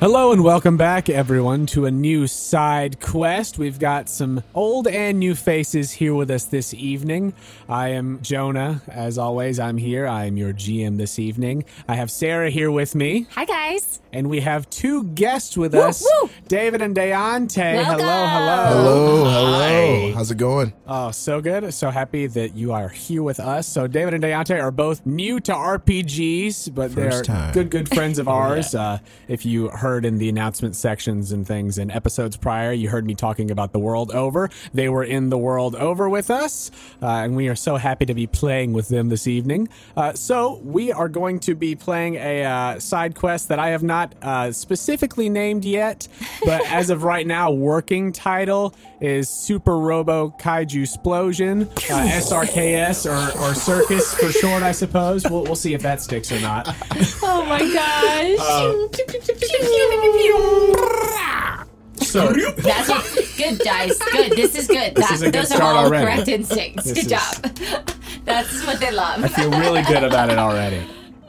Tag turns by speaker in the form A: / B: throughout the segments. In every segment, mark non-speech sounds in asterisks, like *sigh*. A: Hello and welcome back, everyone, to a new side quest. We've got some old and new faces here with us this evening. I am Jonah, as always. I'm here. I am your GM this evening. I have Sarah here with me,
B: Hi guys.
A: and we have two guests with
B: Woo,
A: us
B: woo.
A: David and Deontay.
B: Welcome.
A: Hello, hello.
C: Hello, hello. How's it going?
A: Oh, so good. So happy that you are here with us. So David and Deontay are both new to RPGs, but they they're
C: First time.
A: good, good friends of ours. uh, if you heard in the announcement sections and things in episodes prior, you heard me talking about The World Over. They were in The World Over with us, uh, and we are so happy to be playing with them this evening. Uh, so we are going to be playing a uh, side quest that I have not uh, specifically named yet, but as of right now, working title is Super Robo Kaiju Explosion, uh, SRKS or, or Circus for short, I suppose. We'll, we'll see if that sticks or not.
B: Oh my gosh.
A: Uh, So
B: That's what, good guys. Good. This is good. That,
A: is a good
B: those
A: start
B: are all
A: already.
B: correct instincts.
A: This
B: good
A: is-
B: job. *laughs* That's what they love. *laughs*
A: I feel really good about it already.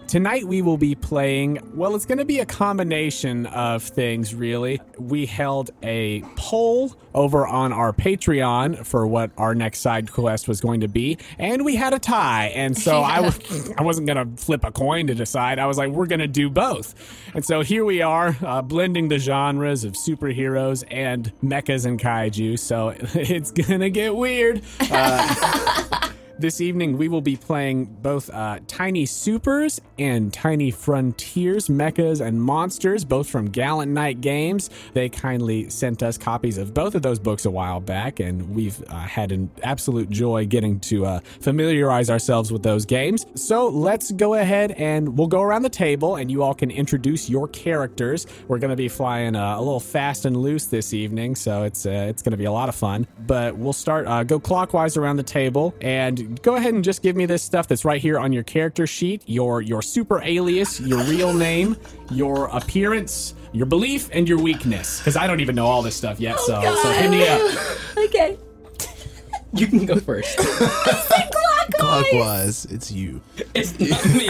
A: Tonight we will be playing, well, it's going to be a combination of things, really. We held a poll over on our Patreon for what our next side quest was going to be, and we had a tie. And so I, was, I wasn't going to flip a coin to decide. I was like, we're going to do both. And so here we are, uh, blending the genres of superheroes and mechas and kaiju. So *laughs* it's going to get weird. This evening, we will be playing both uh, Tiny Supers and Tiny Frontiers, Mechas and Monsters, both from Gallant Night Games. They kindly sent us copies of both of those books a while back, and we've uh, had an absolute joy getting to uh, familiarize ourselves with those games. So let's go ahead and we'll go around the table, and you all can introduce your characters. We're going to be flying uh, a little fast and loose this evening, so it's uh, it's going to be a lot of fun. But we'll start uh, go clockwise around the table, and go ahead and just give me this stuff that's right here on your character sheet: your your super alias, your real name, your appearance, your belief, and your weakness. Because I don't even know all this stuff
B: Oh,
A: yet, so so hit me up.
B: okay.
D: You can go first. *laughs*
C: Clockwise, it's you.
D: It's not me.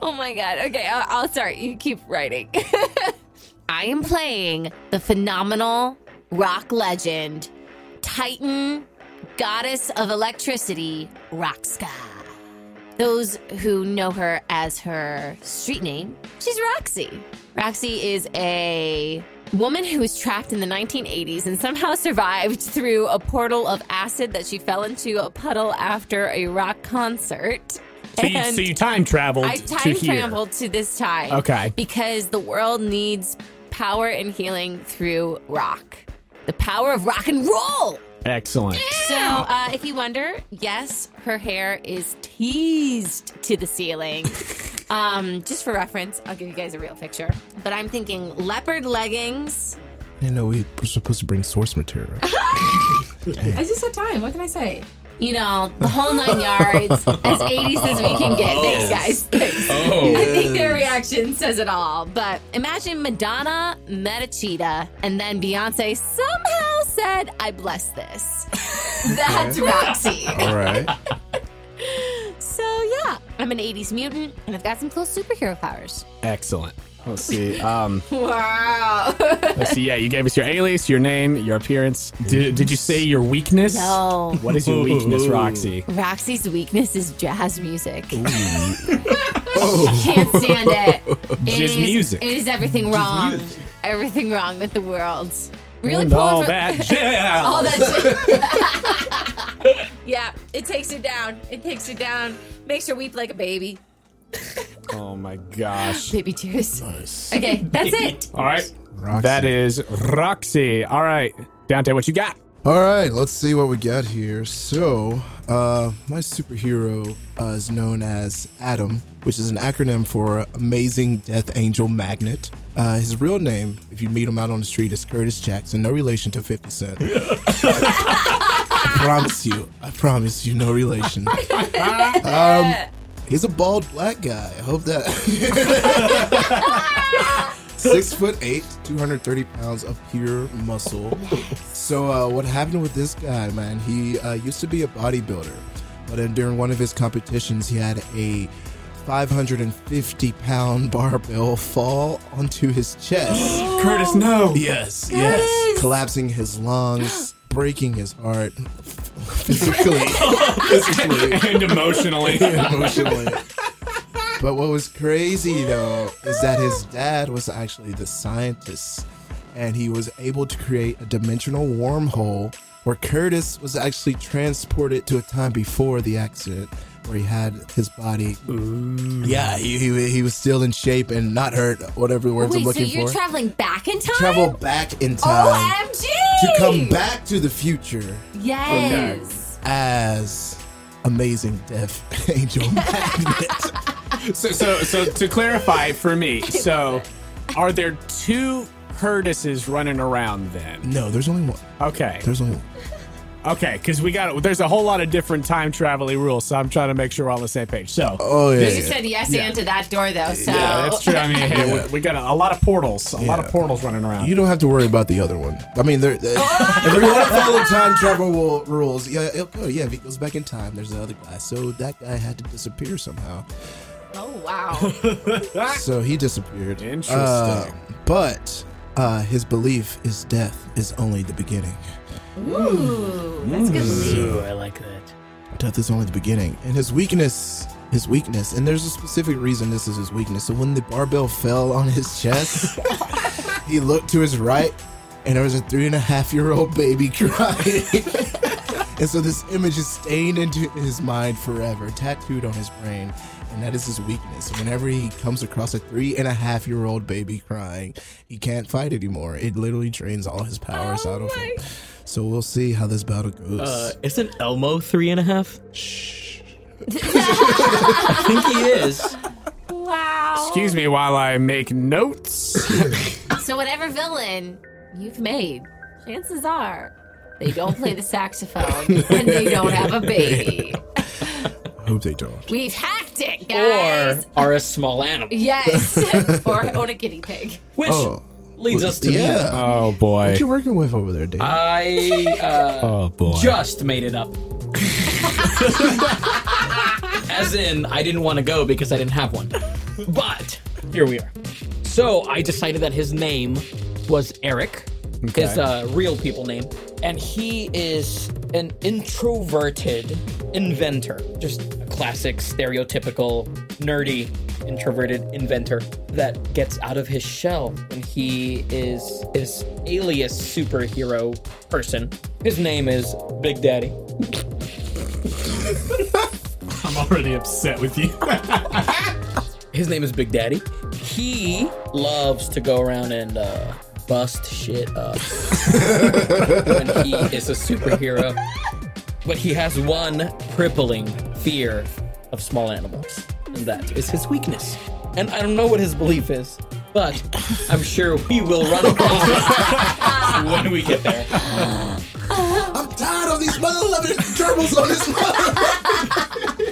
B: Oh my god. Okay. I'll, I'll start. You keep writing. *laughs* I am playing the phenomenal rock legend, Titan, goddess of electricity, Roxka. Those who know her as her street name, she's Roxy. Roxy is a woman who was trapped in the 1980s and somehow survived through a portal of acid that she fell into a puddle after a rock concert.
A: So you, so you time traveled
B: I
A: to
B: time
A: here.
B: traveled to this time.
A: Okay.
B: Because the world needs power and healing through rock. The power of rock and roll.
A: Excellent.
B: So, uh, if you wonder, yes, her hair is teased to the ceiling. um, just for reference, I'll give you guys a real picture. But I'm thinking leopard leggings.
C: I know we were supposed to bring source material.
E: I just had time. What can I say?
B: You know, the whole nine
C: *laughs*
B: yards, as 80s as we can get. Thanks, guys. Thanks.
C: Oh.
B: I think their reaction says it all. But imagine Madonna met a cheetah, and then Beyonce somehow said, I bless
C: *laughs*
B: this. That's Roxy.
C: All right.
B: *laughs* So, yeah, I'm an 80s mutant, and I've got some cool superhero powers.
A: Excellent. Let's see. Um,
C: *laughs*
B: Wow.
A: let's see. Yeah, you gave us your alias, your name, your appearance. Did, did you say your weakness?
B: no.
A: What is your weakness,
C: *laughs*
D: Ooh.
A: Roxy?
B: Oh. Roxy's weakness is jazz music. She can't stand
A: *laughs*
B: it. It
A: Oh. Just
B: is-
A: music.
B: It is everything wrong. Everything wrong with the world. Really
A: and
B: pulling
A: Mm. all
B: for-
A: that jazz.
B: *laughs* all that shit.
A: *laughs*
B: yeah, it takes her down. It takes her down. Makes her weep like a baby.
A: Oh my gosh.
B: Baby tears. *laughs* Okay, that's it.
A: All right.
C: Roxy.
A: That is Roxy. All right. Dante, what you got?
C: All right, let's see what we got here. So, uh, my superhero uh, is known as Adam, which is an acronym for Amazing Death Angel Magnet. Uh, his real name, if you meet him out on the street, is Curtis Jackson, no relation to 50 Cent. I promise you, I promise you, no relation. Um, he's a bald black guy. I hope that. Six foot eight, 230 pounds of pure muscle. So, uh, what happened with this guy, man? He uh, used to be a bodybuilder, but then during one of his competitions, he had a 550 pound *laughs* barbell fall onto his chest.
A: Curtis, no.
C: *gasps* Yes, yes. Collapsing his lungs, breaking his heart *laughs* physically, physically,
A: *laughs* and
C: *laughs*
A: emotionally.
C: emotionally. But what was crazy though is that his dad was actually the scientist and he was able to create a dimensional wormhole where Curtis was actually transported to a time before the accident where he had his body. Yeah, he, he, he was still in shape and not hurt, whatever words
B: Wait,
C: I'm
B: so
C: looking
B: you're Oh,
C: for.
B: traveling back in time?
C: Travel back in time
B: OMG!
C: to come back to the future
E: Yes.
C: as Amazing
B: *laughs*
C: Death *laughs* Angel Magnet.
A: So, so, so to clarify for me,
B: *laughs*
A: so are there two Curtises running around then?
C: No, there's only one.
A: Okay.
C: There's only one.
A: Okay, because we got there's a whole lot of different time traveling rules, so I'm trying to make sure we're all on the same page. So
C: Oh yeah.
E: You just said yes
A: Yeah.
E: and to that door though, so
A: yeah, that's true. I mean, hey, we, we got a, a lot of portals, a lot of
C: Yeah.
A: portals running around.
C: You don't have to worry about the other one. I mean, there, there- if we want to follow time travel wo- rules, yeah, it, oh, yeah, if he goes back in time, there's the other guy. So that guy had to disappear somehow.
E: Oh
A: *laughs*
E: wow.
C: So he disappeared.
A: Interesting.
C: Uh, but uh, his belief is death is only the beginning.
E: Ooh. That's good.
D: Ooh, I like that.
C: Death is only the beginning. And his weakness, his weakness, and there's a specific reason this is his weakness. So when the barbell fell on his chest, he looked to his right, and there was a three and a half year old baby crying. and so this image is stained into his mind forever, tattooed on his brain. And that is his weakness. Whenever he comes across a three and a half year old baby crying, he can't fight anymore. It literally drains all his powers out of him. So we'll see how this battle goes.
D: Uh, isn't Elmo three and a half? Shh. *laughs* I think he is.
E: Wow.
A: Excuse me while I make notes.
B: *laughs* So whatever villain you've made, chances are they don't play
A: *laughs*
B: the saxophone and they don't have a baby.
C: I hope they don't.
B: We've hacked it,
D: Or
B: guys.
D: are a small animal.
B: Yes, *laughs* or own a guinea pig.
D: Which
C: Oh.
D: leads us to me.
C: yeah.
A: oh boy.
C: What you working with over there, Dave?
D: I
C: *laughs*
D: uh,
A: Oh boy.
D: just made it *laughs* up. As in, I didn't want to go because I didn't have one. But here we are. So I decided that his name was Eric, his uh, real people name, and he is an introverted inventor, just a classic, stereotypical, nerdy, introverted inventor that gets out of his shell when he is his alias superhero person. His name is Big Daddy.
A: I'm already upset with *laughs* you.
D: His name is Big Daddy. He loves to go around and uh, bust shit up *laughs* when he is a superhero. But he has one crippling fear of small animals, and that is his weakness. And I don't know what his belief is, but I'm sure we will
A: *laughs*
D: run across it when we get there.
C: I'm tired of these mother loving gerbils on this
A: *laughs*
C: mother.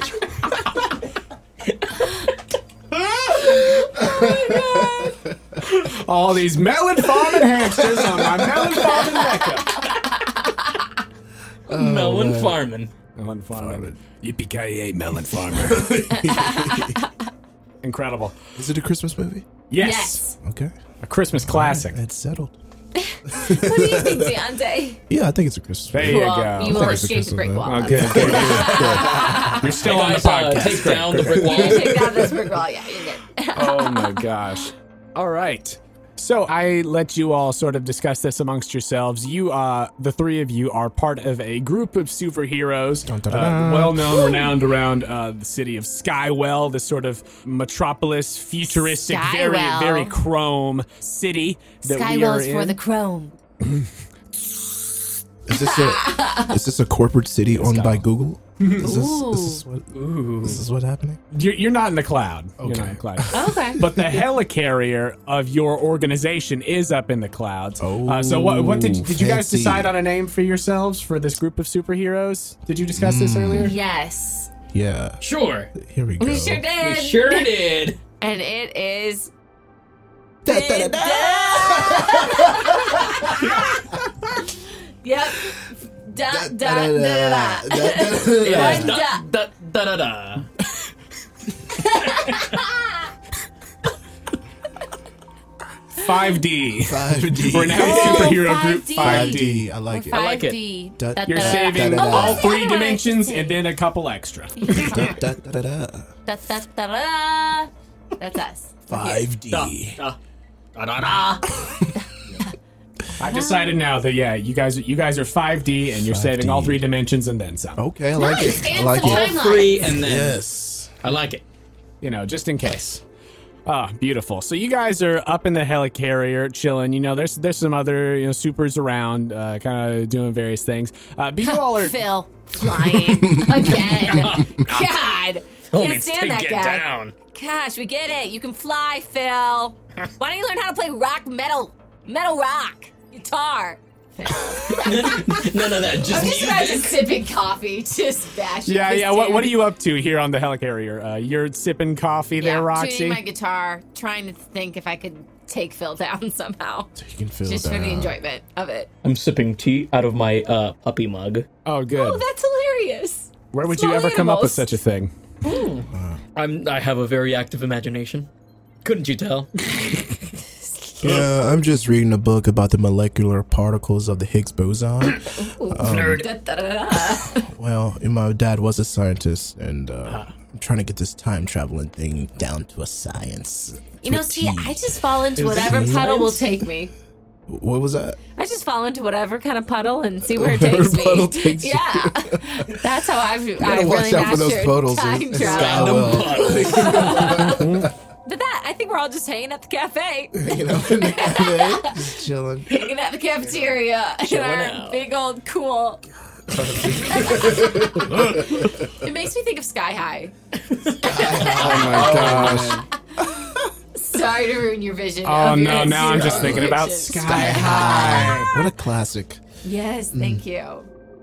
A: All these melon farming hamsters on my melon farming record. Oh,
D: no one farming.
A: Melon farming. Yippee ki melon
C: *laughs*
A: farmer. Incredible.
C: Is it a Christmas movie?
A: Yes.
B: Yes.
C: Okay.
A: A Christmas classic.
C: It's settled.
B: What do you think, Deontay?
C: Yeah, I think it's a Christmas
A: There
C: movie.
A: you
B: Well,
A: go.
B: you will
C: Thanks,
B: escape the
C: Christopher.
B: brick wall.
A: Okay. okay, good. You're still on the
D: Guys, uh,
A: podcast.
D: take down the
B: *laughs*
D: brick
B: You
A: *laughs*
D: wall.
B: take out this brick wall. Yeah, you're good.
A: oh my gosh. All right. So I let you all sort of discuss this amongst yourselves. You, uh, the three of you, are part of a group of superheroes,
C: Dun, dun, dun.
A: uh, well known, renowned around uh, the city of Skywell, this sort of metropolis, futuristic,
B: Skywell.
A: very, very chrome city that we are
B: Skywell's
A: in.
B: for the chrome.
C: Is this a is this a corporate city owned by Google? Is this, is this what this is what happening?
A: you're, you're not in the cloud. You're
C: Okay.
A: not in the cloud.
C: *laughs*
E: Okay.
A: But the helicarrier of your organization is up in the clouds.
C: Oh,
A: Uh, so what, what did, did you guys
C: fancy.
A: decide on a name for yourselves for this group of superheroes? Did you discuss this
C: Hmm.
A: earlier?
B: Yes,
C: Yeah.
D: Sure.
C: Here we go.
B: we sure
D: We
B: did.
D: sure did.
B: And it is
C: Da, da, da, da.
B: *laughs* yep. Da da da
C: Da,
B: da da.
A: *laughs*
B: Dun,
C: da, da, da, da.
D: Yeah. Da, da, da, da, da.
A: *laughs* 5D.
C: 5D.
A: We're now
E: Oh,
A: superhero group
E: 5D.
A: 5D.
C: 5D. I like it.
E: Five
D: like it.
E: D.
C: Da-
B: That-
A: You're
B: that-
A: saving
C: Oh,
A: all
E: that's the
A: three
E: other one I
A: dimensions
E: see.
A: and then a couple extra.
C: da- da- da- da- da.
B: da, da, da, da.
E: That's us.
C: 5D.
D: Da, *laughs* da, da, da.
A: I've decided now that yeah, you guys you guys are 5D and you're saving all
C: 5D.
A: three dimensions and then some.
C: Okay, I like it. I
E: expand
C: like
E: some
C: it.
E: time.
D: All three and then.
C: Yes.
D: I like it.
A: you know, just in case. Ah, beautiful. So you guys are up in the helicarrier, chilling. You know, there's there's some other you know supers around, uh, kind of doing various things. Uh,
E: *laughs*
A: but you all are
B: Phil flying
C: *laughs*
A: *laughs*
B: again.
E: God. Can't stand that guy.
B: Gosh, we get it. You can fly,
A: *laughs*
B: Phil. Why don't you learn how to play rock metal, metal rock
C: *laughs*
B: guitar?
D: None of that. Just
E: I'm just
D: music.
E: imagine sipping coffee, just bashing.
A: yeah
E: this
A: yeah. What, what are
E: dude.
A: you up to here on the helicarrier? Uh, you're sipping coffee
E: Yeah,
A: there, Roxy.
E: tuning my guitar, trying to think if I could take Phil
B: *laughs*
E: down somehow,
C: You can feel
E: just for the
C: that.
E: enjoyment of it.
D: I'm sipping tea out of my uh, puppy mug.
A: oh, good.
E: Oh, that's hilarious.
A: Where would you
E: small
A: ever come up with
E: animals.
A: such a thing?
D: I'm. I have a very active imagination. Couldn't you tell?
C: Yeah, I'm just reading a book about the molecular particles of the Higgs *coughs* boson.
D: Nerd.
E: Da-da-da-da.
C: well, and my dad was a scientist, and uh, I'm trying to get this time traveling thing down to a science.
B: You know,
C: to a
B: see,
C: T.
B: I just fall into
D: Is
B: whatever
D: this
B: puddle will
D: science?
B: take me.
C: What was that?
B: I just fall into whatever kind of puddle and see where it takes me.
C: puddle takes you.
B: yeah, that's how I've I
C: Gotta
B: really
C: watch out for those
B: mastered
C: puddles
B: time
C: in, in
B: travel.
C: Skywell.
B: But that I think we're all just hanging at the cafe,
C: you know, *laughs* in the cafe, just chilling.
E: Hanging at the cafeteria in our big old
A: *laughs*
E: cool. it makes me think of Sky High.
C: Oh my gosh.
E: Sorry to ruin your vision.
A: Oh
E: of your
A: no! Now I'm just
E: zero
A: thinking about
E: vision.
A: sky Mm. high.
C: What a classic.
E: Yes, thank you.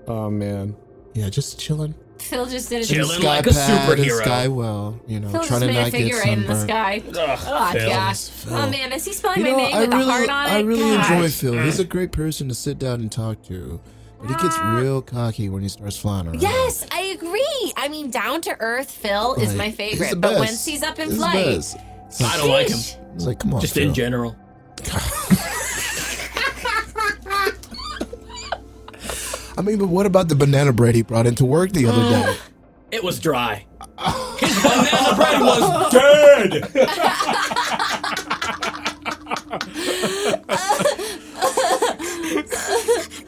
A: Oh man.
C: Yeah, just chilling.
E: Phil just did a
D: Chilling
E: Phil
D: like a
C: Skywell in
D: superhero.
C: Skywell, you know,
E: just
C: trying to
E: made a
C: not get
E: figure eight in the
C: sunburned.
E: sky. oh gosh. Oh man, is he spelling
C: You
E: my
C: know,
E: name with a heart on it?
C: I really
E: gosh.
C: enjoy Phil. He's a great person to sit down and talk to. But he gets real cocky when he starts flying around.
B: Yes, I agree. I mean, down to earth Phil is
C: Like,
B: my
C: he's the
B: favorite, but
C: best.
B: once he's up in
C: He's the
B: flight,
C: best.
D: I don't like him.
C: It's like, come on.
D: Just
C: Phil.
D: in general.
C: I mean, but what about the banana bread he brought into work the other
B: *gasps*
C: day?
D: It was
A: *laughs*
D: dry. His banana bread was dead.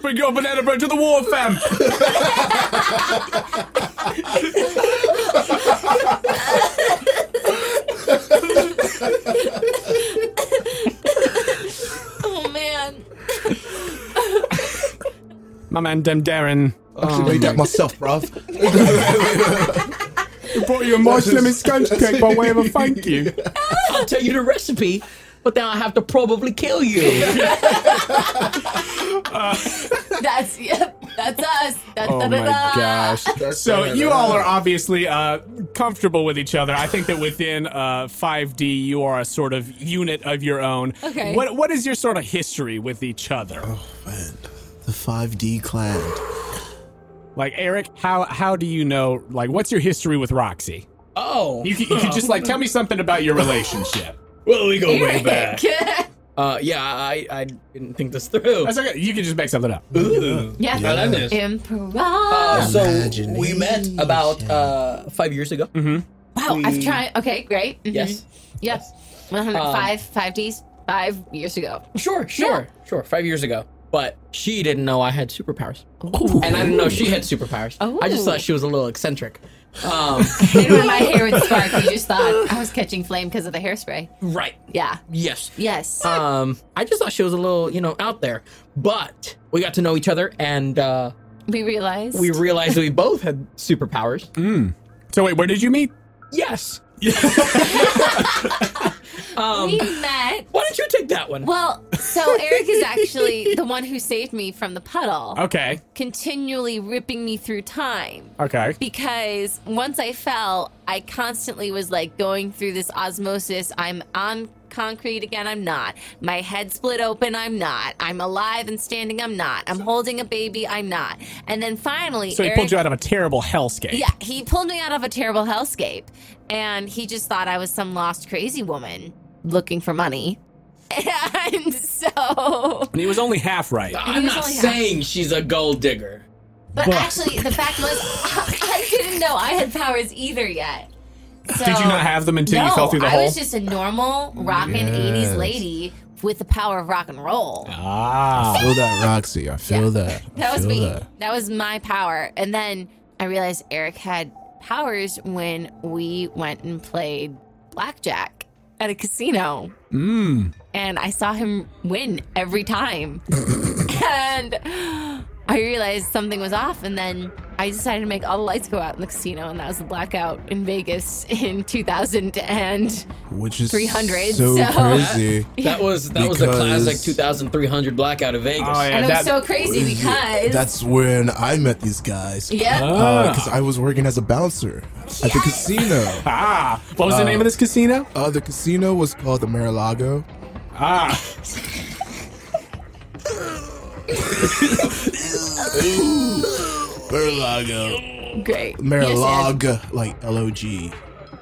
A: Bring your banana bread to the war, fam.
B: oh man,
A: My man, Dem Darren.
C: I should made that
B: *laughs*
C: myself, bruv.
A: brought you a marshmallow scotch cake by way of a thank you.
D: I'll tell you the recipe, but then I have to probably kill you.
A: *laughs*
E: That's yep. That's us. Da,
A: Oh
E: da,
A: my
E: da, da.
A: gosh. So you all are obviously uh, comfortable with each other. I think that within uh, 5D, you are a sort of unit of your own.
E: Okay.
A: What What is your sort of history with each other?
C: Man, the 5D clan.
A: Like Eric, how how do you know? Like, what's your history with Roxy?
D: Oh,
A: You can, you can just like tell me something about your relationship.
D: well, we go
A: *laughs*
E: *laughs*
D: way back.
E: Eric.
D: Uh, yeah, I I didn't think this through.
A: That's okay. You can just make something up.
D: Ooh.
E: yeah.
D: I like this.
E: Emperor.
D: Uh,
E: wow,
D: so we met about uh five years ago.
A: Mm-hmm.
E: I've tried. Okay, great. Mhm.
D: Yes.
E: Yes. 105, five Ds, five years ago.
D: Sure, sure, sure. Five years ago. But she didn't know I had superpowers. And I didn't know she had superpowers. I just thought she was a little eccentric. Um,
E: And when my hair would spark, you just thought I was catching flame because of the hairspray.
D: right.
E: Yeah.
D: Yes.
E: Yes.
D: Um, I just thought she was a little, you know, out there. But we got to know each other and uh,
E: we realized.
D: we realized we both had superpowers.
A: So wait, where did you meet?
D: Yes.
B: we met.
D: Why don't you take that one?
B: Well, so Eric is actually the one who saved me from the puddle,
A: *laughs* Okay.
B: continually ripping me through time.
A: Okay.
B: because once I fell, I constantly was like going through this osmosis. I'm unconscious, concrete again? I'm not. My head split open? I'm not. I'm alive and standing? I'm not. I'm holding a baby? I'm not. And then finally,
A: So he
B: Eric-
A: pulled you out of a terrible hellscape.
B: yeah, he pulled me out of a terrible hellscape, and he just thought I was some lost crazy woman looking for money. *laughs* And so,
A: And he was only half right.
B: *laughs*
D: I'm
B: was
D: not
B: only half.
D: saying she's a gold digger.
B: but actually, the fact was, *laughs* I didn't know I had powers either yet. So-
A: Did you not have them until you
B: No,
A: fell through the
B: I
A: hole?
B: was just a normal rockin'
C: Yes.
B: 80s lady with the power of rock and roll.
A: ah.
C: Feel that, Roxy. I feel that. I
B: That was
C: feel
B: me.
C: that.
B: That was my power. And then I realized Eric had powers when we went and played blackjack at a casino. Mm. And I saw him win every time. and I realized something was off. And then I decided to make all the lights go out in the casino. And that was the blackout in Vegas in 2000. And
C: Which is
B: 300,
C: So,
B: so-
C: crazy.
D: That was that was a
C: Because-
D: classic 2300 blackout of Vegas.
A: Oh, yeah.
B: and it
A: that-
B: was so crazy *laughs* because.
C: that's when I met these guys.
B: yeah.
C: Because Uh, I was working as a bouncer at the casino.
A: *laughs* ah. What was the name of this casino?
C: Uh, the casino was called the Marilago.
A: Ah.
C: Marilago.
B: Great.
C: Marilog, like L O G.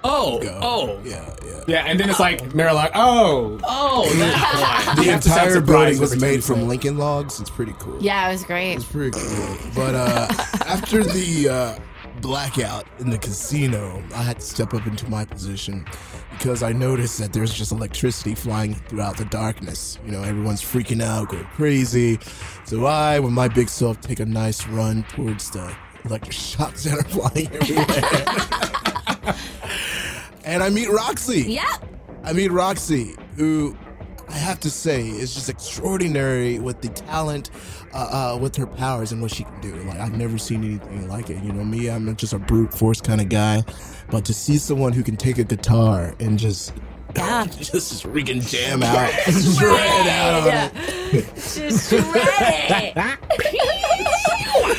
D: Oh, oh,
C: Yeah, yeah.
A: Yeah, and then it's like, Marilock, oh.
D: oh, that one.
C: The
A: have to sound
C: entire
A: surprised
C: building was
A: every
C: made from Lincoln logs. It's pretty cool.
B: Yeah, it was great.
C: It's pretty cool. But uh, after the uh, blackout in the casino, I had to step up into my position because I noticed that there's just electricity flying throughout the darkness. You know, everyone's freaking out, going crazy. So I, with my big self, take a nice run towards the electric shocks that are flying everywhere. and I meet Roxy.
B: Yep.
C: I mean, Roxy, who I have to say is just extraordinary with the talent, uh, uh, with her powers and what she can do. Like, I've never seen anything like it. You know, me, I'm just a brute force kind of guy. But to see someone who can take a guitar and just. just, just freaking jam out. *laughs* Shred out *laughs* on it.
B: *laughs* Just shred
A: Ah,
B: it.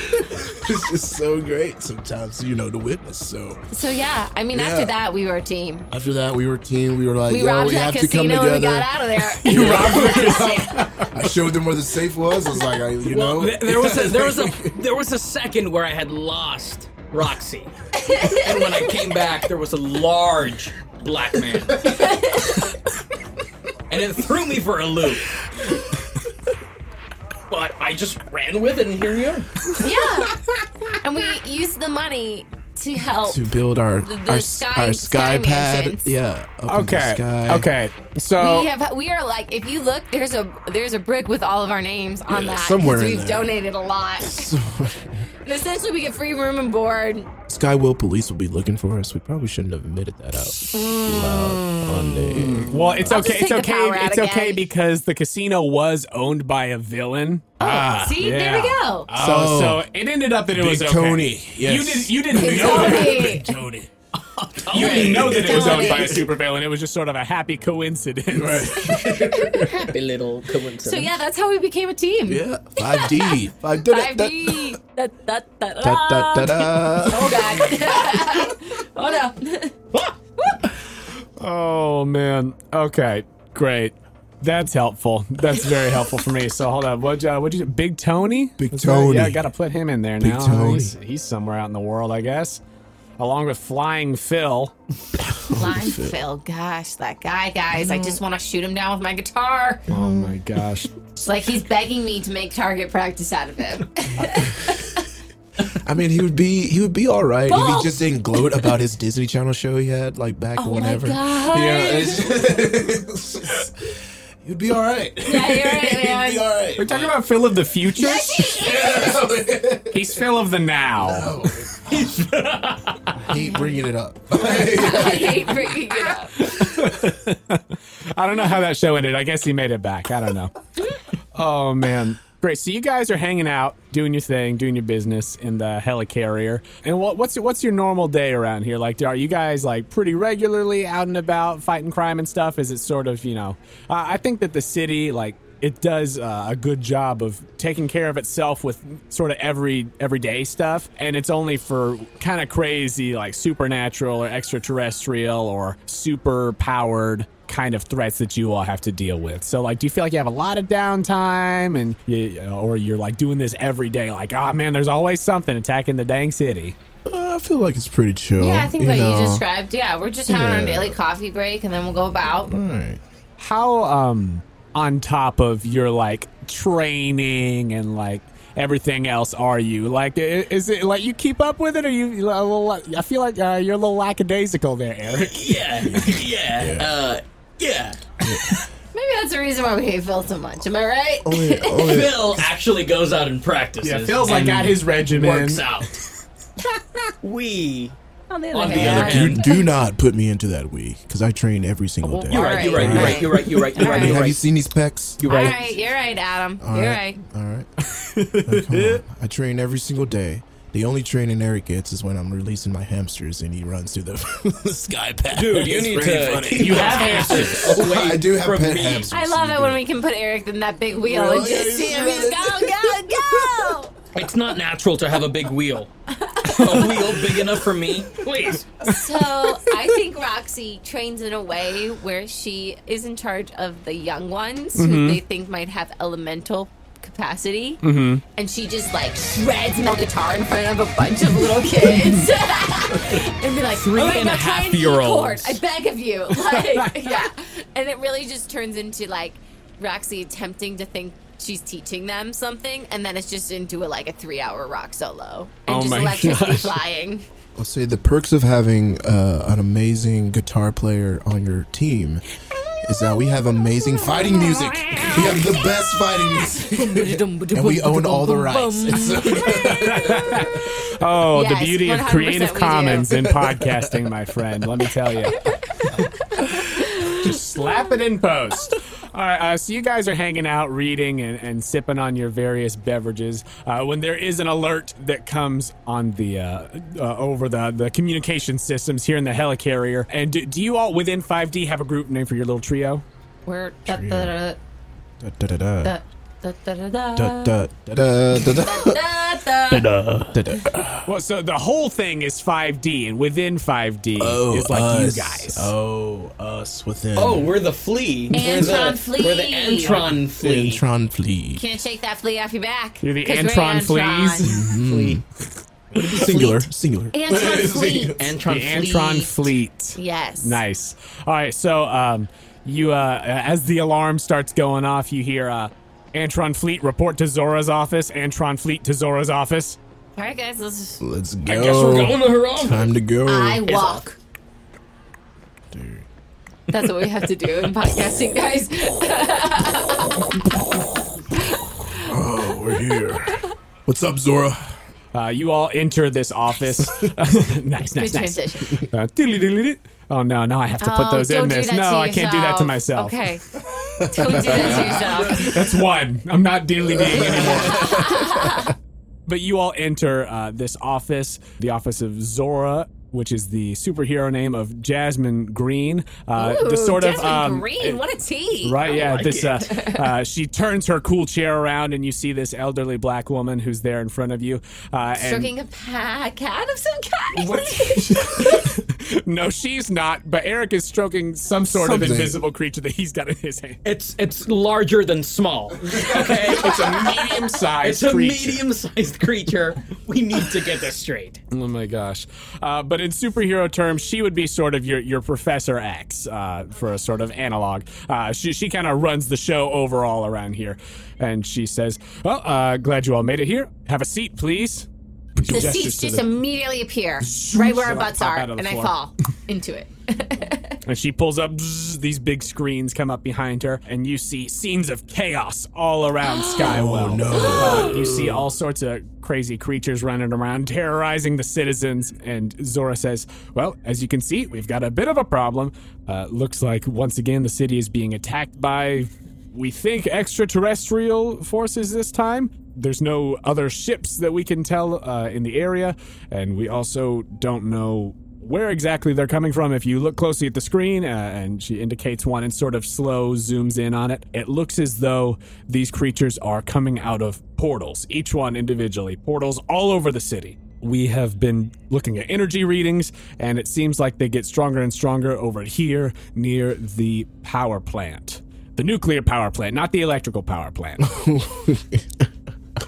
C: It's just so great sometimes, you know, to witness. So
B: so yeah, I mean,
C: Yeah.
B: after that, we were a team.
C: after that, we were a team. We were like,
B: We
C: yo,
B: robbed
C: we
B: that
C: have to come
B: casino
C: together.
B: and we got out of there.
C: *laughs* You
B: *laughs*
C: robbed the casino. I showed them where the safe was. I was like, I, you know.
D: Th- There was a there
C: *laughs*
D: was a there was a second where I had lost *laughs* Roxy, and when I came back, there was a large black man, and it threw me for a loop. But I just ran with it, and here we are.
B: yeah, and we used the money to help.
C: to build our
B: the
C: our,
B: sky-
C: our
B: sky
C: sky, pad.
B: mansions.
C: Yeah. up in the
A: Okay.
C: sky.
A: Okay. So.
B: We have we are like if you look there's a there's a brick with all of our names on
C: Yeah,
B: that 'cause
C: somewhere in
B: we've
C: there.
B: donated a lot
C: So,
B: and essentially we get free room and board
C: *laughs* Sky Will Police will be looking for us. We probably shouldn't have admitted that out loud
B: Mm.
C: on the.
A: Well, it's okay.
B: just
A: It's
B: take the
A: okay.
B: power out
A: It's okay
B: again.
A: because the casino was owned by a villain. ah,
B: Oh, see, there we go.
C: Ah,
A: Oh,
C: So-
A: so, it ended up that it was okay.
C: Tony, yes.
A: You did. You didn't know. That,
B: Tony.
C: Tony.
A: you didn't know that it was owned by a
B: Tony.
A: supervillain. It was just sort of a happy coincidence.
D: *laughs* Happy little coincidence.
B: so yeah that's how we became a team
C: Yeah.
B: *laughs*
C: 5D. 5 da- da- da- *laughs*
B: 5D da, da, da, da,
C: da- da- da- da.
B: oh god oh no
A: Oh man. Okay. Great. That's helpful. That's very helpful for me. So hold on. What? Uh, what? You Big Tony.
C: Big
A: That's right.
C: Tony.
A: Yeah, got to put him in there
C: Big
A: now.
C: Tony.
A: He's, he's somewhere out in the world, I guess. Along with Flying Phil.
B: Blind Phil, gosh, that guy, guys. I just want to shoot him down with my guitar.
A: Oh my gosh.
B: It's like he's begging me to make target practice out of him.
C: I mean, he would be he would be all right if
B: Balls.
C: he just didn't gloat about his Disney Channel show he had like back
B: Oh my
C: whenever.
B: God.
C: Yeah, it's it's just- *laughs* he'd be all right.
B: Yeah, you're right, man.
C: *laughs* he'd be all
E: *laughs*
C: right.
A: We're talking about Phil of the future. He's Phil of the now.
C: hate bringing it up.
B: I hate bringing it up.
A: I don't know how that show ended. I guess he made it back. I don't know. Oh man. Great. So you guys are hanging out, doing your thing, doing your business in the helicarrier. And what, what's what's your normal day around here? Like, are you guys like pretty regularly out and about fighting crime and stuff? Is it sort of you know? Uh, I think that the city like it does uh, a good job of taking care of itself with sort of every everyday stuff and it's only for kind of crazy like supernatural or extraterrestrial or super powered kind of threats that you all have to deal with so like do you feel like you have a lot of downtime and you, or you're like doing this every day like oh man there's always something attacking the dang city
C: Uh, I feel like it's pretty chill.
E: Yeah, I think what
C: know.
E: you described. Yeah, we're just having our
C: Yeah.
E: daily coffee break and then we'll go about.
C: All right.
A: how um on top of your like training and like everything else are you like i- is it like you keep up with it or you you a little, i feel like uh, you're a little lackadaisical there eric
D: Yeah, yeah, uh, yeah.
E: Maybe that's the reason why we hate Phil so much. Am I right?
B: Oh,
C: Only, *laughs* only,
D: Phil actually goes out and practices. and
A: regimen
D: works out. *laughs* we.
E: On the
D: On
E: other
D: the other
E: hand,
D: hand-
C: do, do not put me into that week because I train every single day.
D: You're right. You're right. You're right. You're right. You're right. You're
E: All
D: right.
E: right.
D: You're
C: Have you
D: right.
C: seen these pecs?
D: You're
E: all
D: right.
E: right, you're right, Adam. you're right. *laughs*
C: All right. Come on. I train every single day. The only training Eric gets is when I'm releasing my hamsters and he runs through the, *laughs* the sky path.
D: Dude, you
C: It's
D: need
C: pretty
D: to.
C: funny. *laughs*
D: You have hamsters away
C: I do have
D: from
C: pet
D: me.
C: hamsters.
E: I love it when we can put Eric in that big wheel and
C: Really?
E: just see him. He's go, go, go.
D: *laughs* It's not natural to have a big *laughs* wheel. a wheel big enough for me, please.
B: So I think Roxy trains in a way where she is in charge of the young ones
D: Mm-hmm.
B: who they think might have elemental capacity,
D: Mm-hmm.
B: and she just like shreds my guitar in front of a bunch of
D: *laughs*
B: little kids, *laughs* and be like, "Oh
D: Three
B: "All right,
D: and
B: now
D: a
B: try
D: half
B: do the
D: year
B: chord.
D: olds.
B: I beg of you, *laughs*
D: *laughs*
B: like, yeah, and it really just turns into like Roxy attempting to think. She's teaching them something, and then it's just into a, like a three-hour rock solo, and
A: Oh
B: just
A: my
B: electricity
A: gosh.
B: flying.
C: I'll say the perks of having uh, an amazing guitar player on your team is that we have amazing fighting music. We have the best fighting music. and we own all the rights. It's
E: *laughs*
C: so
A: oh
B: Yes,
A: the beauty of
B: 100%
A: creative
B: we do.
A: commons in podcasting my friend let me tell
B: *laughs*
A: you just slap it in post all right uh, so you guys are hanging out reading and, and sipping on your various beverages uh, when there is an alert that comes on the uh, uh, over the, the communication systems here in the helicarrier and do, do you all within 5d have a group name for your little trio
E: We're da, da, da, da, da, da,
C: Da-da-da.
E: da,
C: Da-da-da-da-da.
E: da, da.
A: Well, so the whole thing is 5D, and within 5D
C: Oh,
A: is like
C: us.
A: you guys.
C: Oh, us within.
D: Oh, we're the flea. we're the,
E: Antron flea.
D: We're the Antron flea.
C: Intron flea.
E: Can't shake that flea off your back.
A: You're the
E: 'cause we're
A: Antron fleas.
C: Mm-hmm.
D: flea.
C: Singular.
A: *laughs*
C: Singular.
E: Antron fleet.
A: The
D: Antron flea.
A: Antron Fleet.
E: Yes.
A: Nice. All right, so um, you, uh, as the alarm starts going off, you hear uh, Antron Fleet report to Zora's office. Antron Fleet to Zora's office.
E: All right, guys, let's just.
C: Let's go.
D: I guess we're going to her office.
C: Oh. Time to go.
E: I walk.
C: Dude.
E: That's what we have to do in podcasting,
A: *laughs*
E: guys.
C: Oh, we're here. What's up, Zora?
A: Uh, you all enter
E: *laughs*
A: this office. *laughs* nice,
E: Good
A: nice, nice.
E: transition.
A: Uh, diddly-diddly-dit. oh, no, now I have to put those
E: oh,
A: in
E: don't do
A: this.
E: that
A: No,
E: to
A: I can't do that to
E: yourself.
A: myself. *laughs*
E: Okay. Don't do that to yourself.
A: That's one. I'm not dilly dallying anymore. *laughs* but you all enter uh, this office, the office of Zora, which is the superhero name of Jasmine Green. Uh, the sort
E: Jasmine
A: of um,
E: Green, what a tea.
A: Right, yeah. this uh, uh, she turns her cool chair around, and you see this elderly black woman who's there in front of you. Uh, and
E: Stroking a pa- cat of some kind. *laughs*
A: no, she's not. But Eric is stroking some sort
C: Something.
A: of invisible creature that he's got in his hand.
D: It's it's larger than *laughs* small. Okay,
A: It's a medium-sized.
D: it's a
A: creature.
D: medium-sized creature. We need to get this straight.
A: *laughs* Oh my gosh! Uh, but in superhero terms, she would be sort of your, your Professor X uh, for a sort of analog. Uh, she she kind of runs the show overall around here, and she says, "Well, uh, glad you all made it here. Have a seat, please."
E: The
A: Gestures
E: seats
A: to
E: just
A: the-
E: immediately appear right where our
A: Like,
E: butts
A: pop
E: are,
A: out of the
E: and I
A: floor.
E: fall into
A: *laughs*
E: it.
A: And she pulls up bzzz, these big screens come up behind her, and you see scenes of chaos all around Skywell.
C: no.
A: Uh, you see all sorts of crazy creatures running around, terrorizing the citizens. And Zora says, "Well, as you can see, we've got a bit of a problem. Uh, looks like once again the city is being attacked by, we think, extraterrestrial forces this time." There's no other ships that we can tell uh, in the area, and we also don't know where exactly they're coming from. If you look closely at the screen, uh, and she indicates one and sort of slow zooms in on it, it looks as though these creatures are coming out of portals, each one individually, portals all over the city. We have been looking at energy readings, and it seems like they get stronger and stronger over here near the power plant. The nuclear power plant, not the electrical power *laughs* plant.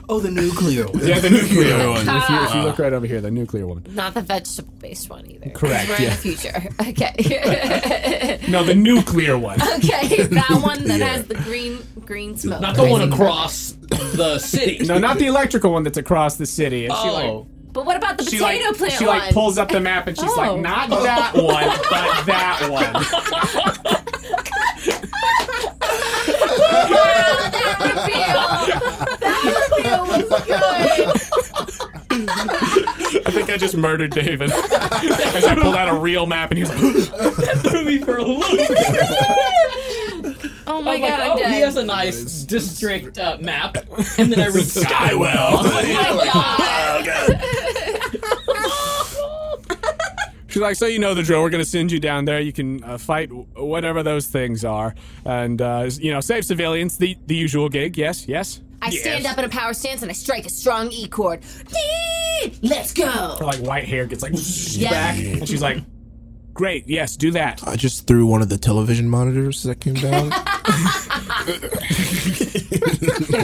D: Oh, the nuclear.
A: yeah, the nuclear
E: *laughs*
A: one.
E: Uh,
A: If you, if you look right over here, the nuclear one.
E: Not the vegetable based one either. 'cause
A: Correct,
E: We're in
A: yeah.
E: the future. *laughs* Okay. *laughs*
A: No, the nuclear one.
E: okay. That one that has the green green smoke.
D: Not the one across the city.
A: No, not the electrical one that's across the city. And she like
D: Oh.
E: But what about the
A: she
E: potato
A: like
E: plant
A: she
E: one?
A: like pulls up the map and she's
E: Oh.
A: like, not that one, but that one. *laughs*
E: that reveal was good.
A: *laughs* I think I just murdered David. As I pulled out a real map and he's like, *gasps*
D: Took me for a loop.
E: Oh my
D: I'm like,
E: god, I'm
D: oh,
E: dead.
D: he has a nice district uh,
A: *laughs*
D: map. And then I read *laughs* Skywell.
E: oh my god.
A: She's like, so you know the drill. We're gonna send you down there. You can uh, fight w- whatever those things are, and uh, you know, save civilians. The the usual gig. Yes, yes.
B: I stand up in a power stance and I strike a strong E chord. Dee! Let's go.
A: Her like white hair gets like back, and she's like, great. Yes, do that.
C: I just threw one of the television monitors that came
E: *laughs*
C: down.
E: I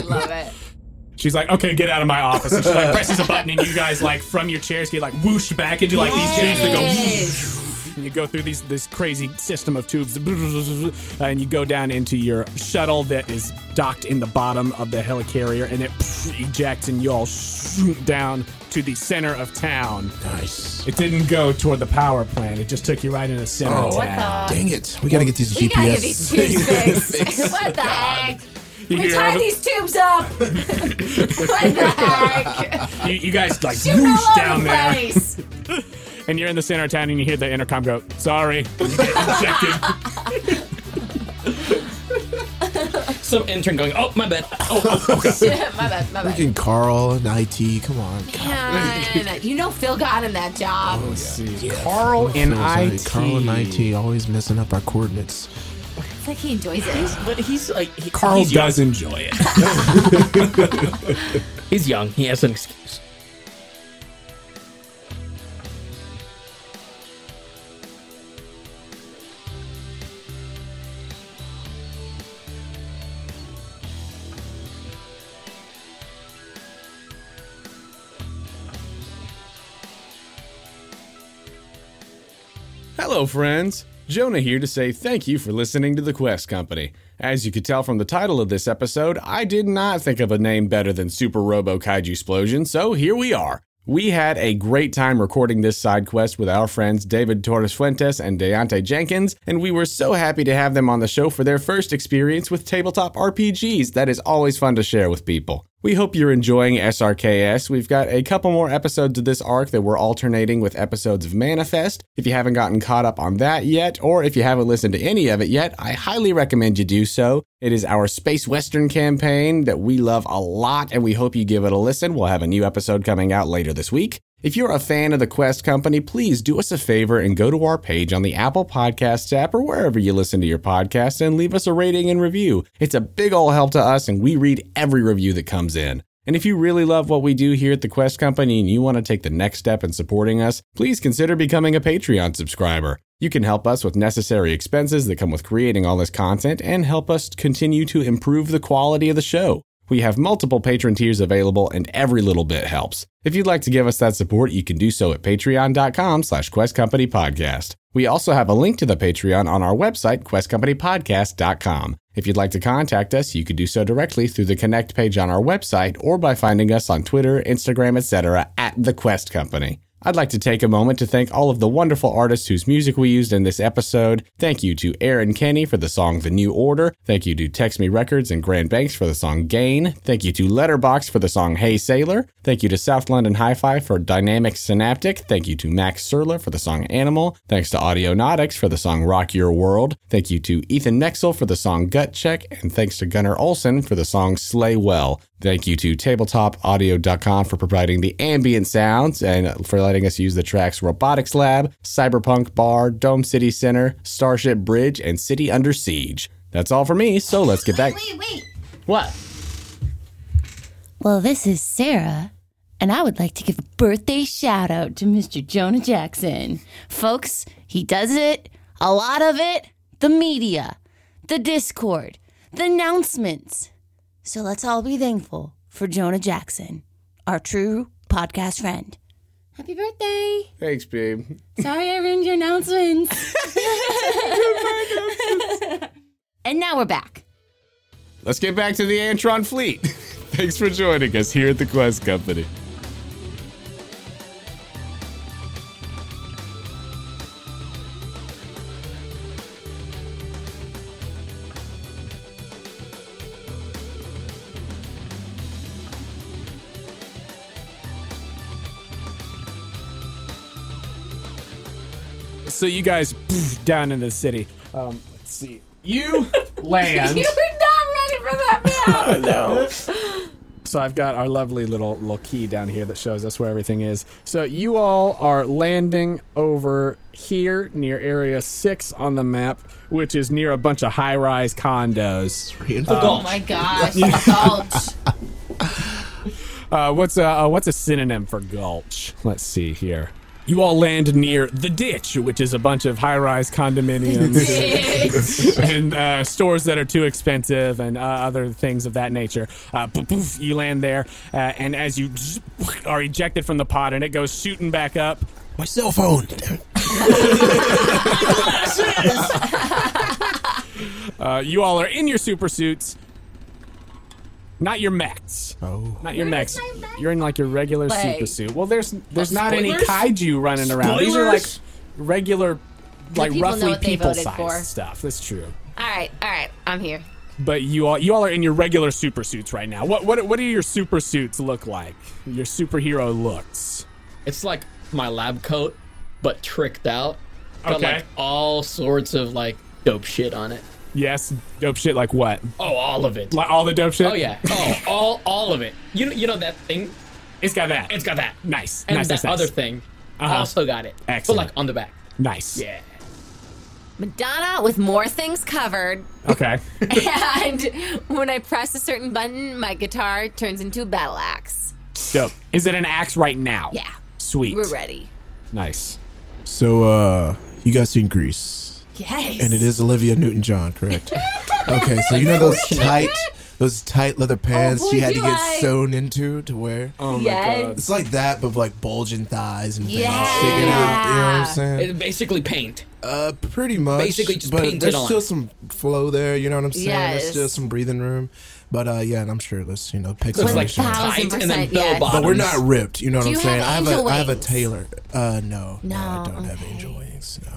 E: love it.
A: She's like, okay, get out of my office. And she
E: *laughs*
A: like presses a button, and you guys like from your chairs get like whooshed back into like these tubes that go. whoosh. And you go through these this crazy system of tubes, and you go down into your shuttle that is docked in the bottom of the helicarrier, and it ejects, and you all shoot down to the center of town.
C: nice.
A: It didn't go toward the power plant; it just took you right into the center of
C: Oh. What
A: town.
C: Dang it. We gotta get these
E: We gotta
C: GPS.
E: get
A: *laughs*
E: these tubes fixed. what the heck?
A: You,
E: We
A: hear
E: tied
A: over-
E: these tubes up. *laughs* what the
A: *laughs*
E: heck?
A: you, you guys like
E: Shoot all
A: whoosh
E: over
A: down
E: the
A: there.
E: place.
A: and you're in the center of town and you hear the intercom go, sorry. *laughs* And you get ejected.
D: Some intern going, oh, my bad. Oh, oh,
A: *laughs*
D: oh.
E: Shit, *laughs* my bad, my bad.
C: Fucking Carl and IT. Come on.
E: Man, you know Phil got him that job.
A: Carl in
C: Sorry,
A: IT.
C: Carl and IT always messing up our coordinates.
E: It's like he enjoys it.
D: But he's like, he,
A: Carl
D: he's
A: does enjoy it.
D: Young. He's young. He has an excuse.
F: Hello, friends. Jonah here to say thank you for listening to The Quest Company. As you could tell from the title of this episode, I did not think of a name better than Super Robo Kaiju Explosion, so here we are. We had a great time recording this side quest with our friends David Torres Fuentes and Deontay Jenkins, and we were so happy to have them on the show for their first experience with tabletop RPGs. That is always fun to share with people. We hope you're enjoying SRKS. We've got a couple more episodes of this arc that we're alternating with episodes of Manifest. If you haven't gotten caught up on that yet, or if you haven't listened to any of it yet, I highly recommend you do so. It is our space western campaign that we love a lot, and we hope you give it a listen. We'll have a new episode coming out later this week. If you're a fan of the Quest Company, please do us a favor and go to our page on the Apple Podcasts app or wherever you listen to your podcast and leave us a rating and review. It's a big ol' help to us, and we read every review that comes in. And if you really love what we do here at the Quest Company and you want to take the next step in supporting us, please consider becoming a Patreon subscriber. You can help us with necessary expenses that come with creating all this content and help us continue to improve the quality of the show. We have multiple patron tiers available and every little bit helps. If you'd like to give us that support, you can do so at patreon.com slash quest company podcast. We also have a link to the Patreon on our website, questcompanypodcast.com. If you'd like to contact us, you could do so directly through the connect page on our website or by finding us on Twitter, Instagram, etc. at the Quest Company. I'd like to take a moment to thank all of the wonderful artists whose music we used in this episode. Thank you to Aaron Kenny for the song The New Order. Thank you to Text Me Records and Grand Banks for the song Gain. Thank you to Letterbox for the song Hey Sailor. Thank you to South London Hi-Fi for Dynamic Synaptic. Thank you to Max Serla for the song Animal. Thanks to Audionautics for the song Rock Your World. Thank you to Ethan Mexel for the song Gut Check. And thanks to Gunnar Olson for the song Slay Well. Thank you to tabletopaudio.com for providing the ambient sounds and for letting us use the tracks Robotics Lab, Cyberpunk Bar, Dome City Center, Starship Bridge, and City Under Siege. That's all for me, so let's get back.
E: Wait, wait.
D: What?
G: Well, this is Sarah, and I would like to give a birthday shout out to Mr. Jonah Jackson. Folks, he does it, a lot of it, the media, the Discord, the announcements. So let's all be thankful for Jonah Jackson, our true podcast friend. Happy birthday!
F: Thanks, babe.
G: Sorry I ruined your *laughs* announcements. *laughs* and now we're back.
F: Let's get back to the Antron fleet. *laughs* Thanks for joining us here at the Quest Company.
A: So you guys pff, down in the city. Um, let's see. You land.
E: You were not ready for that meow.
A: So I've got our lovely little little key down here that shows us where everything is. So you all are landing over here near area six on the map, which is near a bunch of high rise condos.
E: oh my gosh. Gulch.
A: Uh, what's a uh, what's a synonym for gulch? Let's see here. You all land near the ditch, which is a bunch of high rise
B: *laughs*
A: condominiums. *laughs* and uh, stores that are too expensive and uh, other things of that nature. Uh, poof, poof, you land there, uh, and as you *laughs* zzz, are ejected from the pod, and it goes shooting back up.
C: My cell phone.
A: Uh, you all are in your super suits, not your mechs. Oh, not your mechs. You're in like your regular
E: Like-
A: super suit. Well, there's there's not any
D: Spoilers?
A: kaiju running around. These are like
D: Spoilers?
A: regular, like
E: people know
A: roughly
E: what they
A: people
E: voted for.
A: sized stuff. That's true.
E: All right, all right. I'm here.
A: But you all you all are in your regular super suits right now. What what what do your super suits look like? Your superhero looks.
D: It's like my lab coat, but tricked out. Got
A: Okay.
D: like all sorts of like dope shit on it.
A: Yes, dope shit like what?
D: Oh, all of it.
A: Like all the dope shit?
D: oh yeah. Oh, all all of it. You know, you know that thing?
A: It's got that.
D: It's got that.
A: Nice,
D: And
A: nice,
D: that
A: nice, nice.
D: other thing
A: Uh-huh.
D: also got it.
A: Excellent.
D: But like on the back.
A: nice.
D: Yeah.
B: Madonna with more things
E: *laughs*
B: covered.
A: Okay.
B: And when I press a certain button, my guitar turns into a battle axe.
A: dope. Is it an axe right now?
B: Yeah.
A: Sweet.
B: We're ready.
A: Nice.
C: So, uh, you guys seen Grease?
B: Yes.
C: and it is Olivia Newton-John, correct? okay, so you know those tight, those tight leather pants
B: boy,
C: she had to
B: do
C: get
B: I.
C: sewn into to wear.
A: Oh
B: Yes.
C: It's like that, but with, like bulging thighs and things
B: Yeah.
C: sticking out. You know what I'm saying?
D: It's basically paint.
C: Uh, pretty much.
D: Basically just
C: but
D: painted
C: there's
D: on.
C: still some flow there. You know what I'm saying? There's
B: Yes.
C: still some breathing room. But uh, yeah, and I'm sure let's you know pick
D: So
C: some
D: it's like
C: other shit.
B: Thousand
D: tight and then
B: percent,
D: bell
B: yes. But
D: bottoms.
C: But we're not ripped. You know what
B: Do
C: I'm
B: you
C: saying?
B: have
C: I have
B: angel
C: a I have a
B: wings?
C: tailor. Uh, no, no, I
B: No,
C: don't have
B: okay.
C: angel wings. No,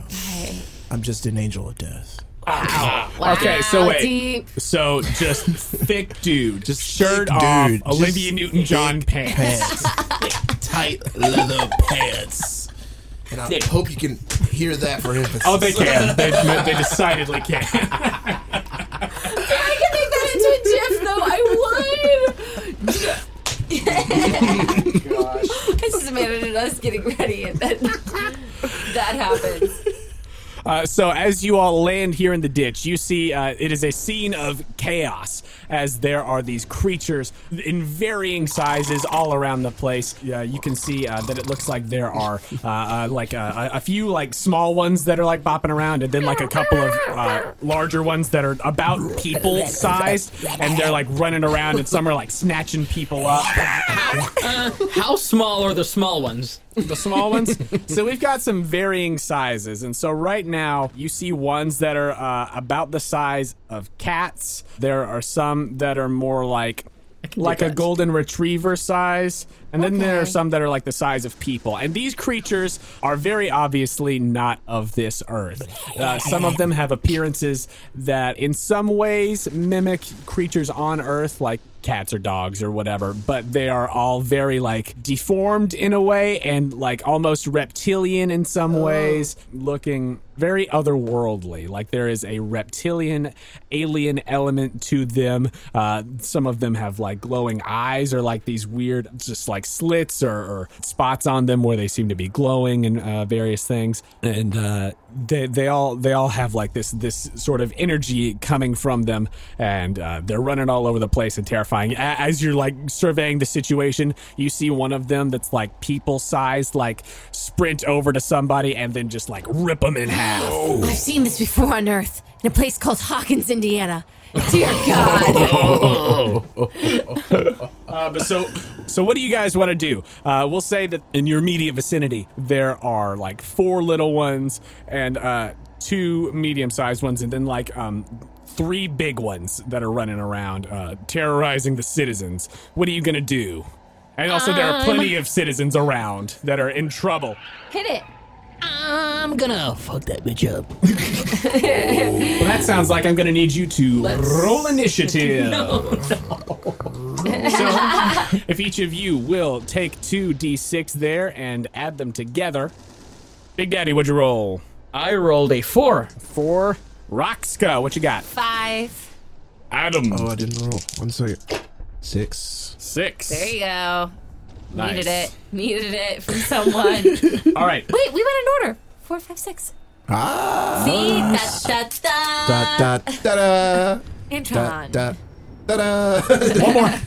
C: I'm just an angel of
B: *laughs*
C: death.
B: Wow,
A: Okay, so wait.
B: Deep.
A: So just thick dude, just shirt
C: thick
A: off,
C: dude, just
A: Olivia Newton-John pants.
C: pants. tight leather pants. And I hope you can hear that for emphasis.
A: Oh, they can. they, they decidedly can.
B: I can make that into a GIF though. I
E: *laughs*
B: would. This is imagine us getting ready,
E: *laughs*
B: and then that happens.
A: Uh, so as you all land here in the ditch, you see uh, it is a scene of chaos as there are these creatures in varying sizes all around the place. Uh, you can see uh, that it looks like there are uh, uh, like uh, a a few like small ones that are like bopping around, and then like a couple of uh, larger ones that are about people sized, and they're like running around, and some are like snatching people up.
D: How small are the small ones?
A: the small ones. so we've got some varying sizes, and so right now you see ones that are uh, about the size of cats. There are some that are more like like a
D: that.
A: golden retriever size, and then there are some that are like the size of people. And these creatures are very obviously not of this earth. Uh, some of them have appearances that, in some ways, mimic creatures on Earth, like cats or dogs or whatever, but they are all very like deformed in a way and like almost reptilian in some ways, looking very otherworldly. Like there is a reptilian, alien element to them. Uh, some of them have like glowing eyes or like these weird, just like slits or, or spots on them where they seem to be glowing and uh, various things. And uh, they they all they all have like this this sort of energy coming from them, and uh, they're running all over the place and terrifying. A- as you're like surveying the situation, you see one of them that's like people sized, like sprint over to somebody and then just like rip them in half.
E: I've seen this before on Earth in a place called Hawkins, Indiana. *laughs* Dear God.
A: Uh, but so, so what do you guys want to do? Uh, we'll say that in your immediate vicinity there are like four little ones and uh, two medium-sized ones, and then like um, three big ones that are running around uh, terrorizing the citizens. What are you gonna do? And also, there are plenty of citizens around that are in trouble.
B: Hit it.
D: I'm gonna fuck that bitch up.
A: Well, that sounds like I'm gonna need you to roll
E: *laughs*
A: initiative. so, if each of you will take two d6 there and add them together. Big Daddy, what'd you roll?
D: I rolled a four.
A: Four. Roxka, what you got?
E: Five.
A: Adam.
C: Oh, I didn't roll. One second. Six.
A: Six.
E: There you go.
A: Nice.
E: Needed it. Needed it from *laughs* someone. Wait,
A: All right.
E: we went in order. Four, five, six.
C: Ah.
E: See? Da, da, da.
C: Da da da da da
E: Antron.
C: da da *laughs* da. One more.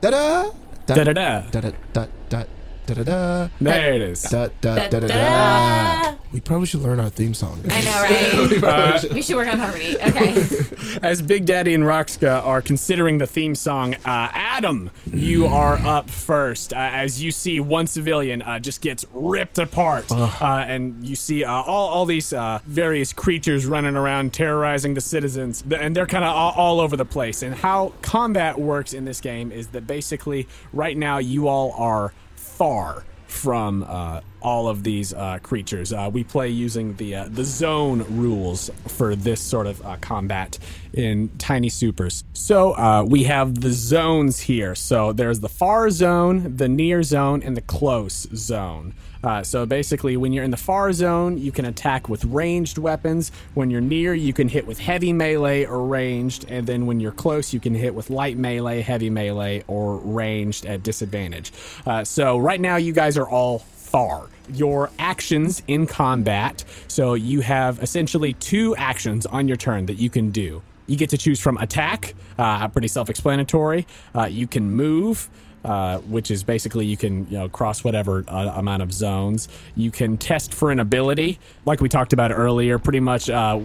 C: Da da da da da
A: Da-da-da.
C: da da da da da
A: There it is.
C: da da da da.
E: Da-da.
C: We probably should learn our theme song.
E: I
C: *laughs*
E: know, right? we should work on harmony. Okay.
A: As Big Daddy and Roxka are considering the theme song, uh, Adam, you are up first. Uh, as you see, one civilian uh, just gets ripped apart, uh, and you see uh, all all these uh, various creatures running around terrorizing the citizens, Th- and they're kind of all, all over the place. And how combat works in this game is that basically, right now, you all are far from uh, all of these uh, creatures. Uh, we play using the uh, the zone rules for this sort of uh, combat in tiny supers. So uh, we have the zones here. So there's the far zone, the near zone, and the close zone. Uh, so basically, when you're in the far zone, you can attack with ranged weapons. When you're near, you can hit with heavy melee or ranged. And then when you're close, you can hit with light melee, heavy melee, or ranged at disadvantage. Uh, so right now, you guys are all far. Your actions in combat. So you have essentially two actions on your turn that you can do. You get to choose from attack, uh, pretty self explanatory. Uh, you can move uh, which is basically you can you know cross whatever uh, amount of zones. You can test for an ability, like we talked about earlier. Pretty much uh,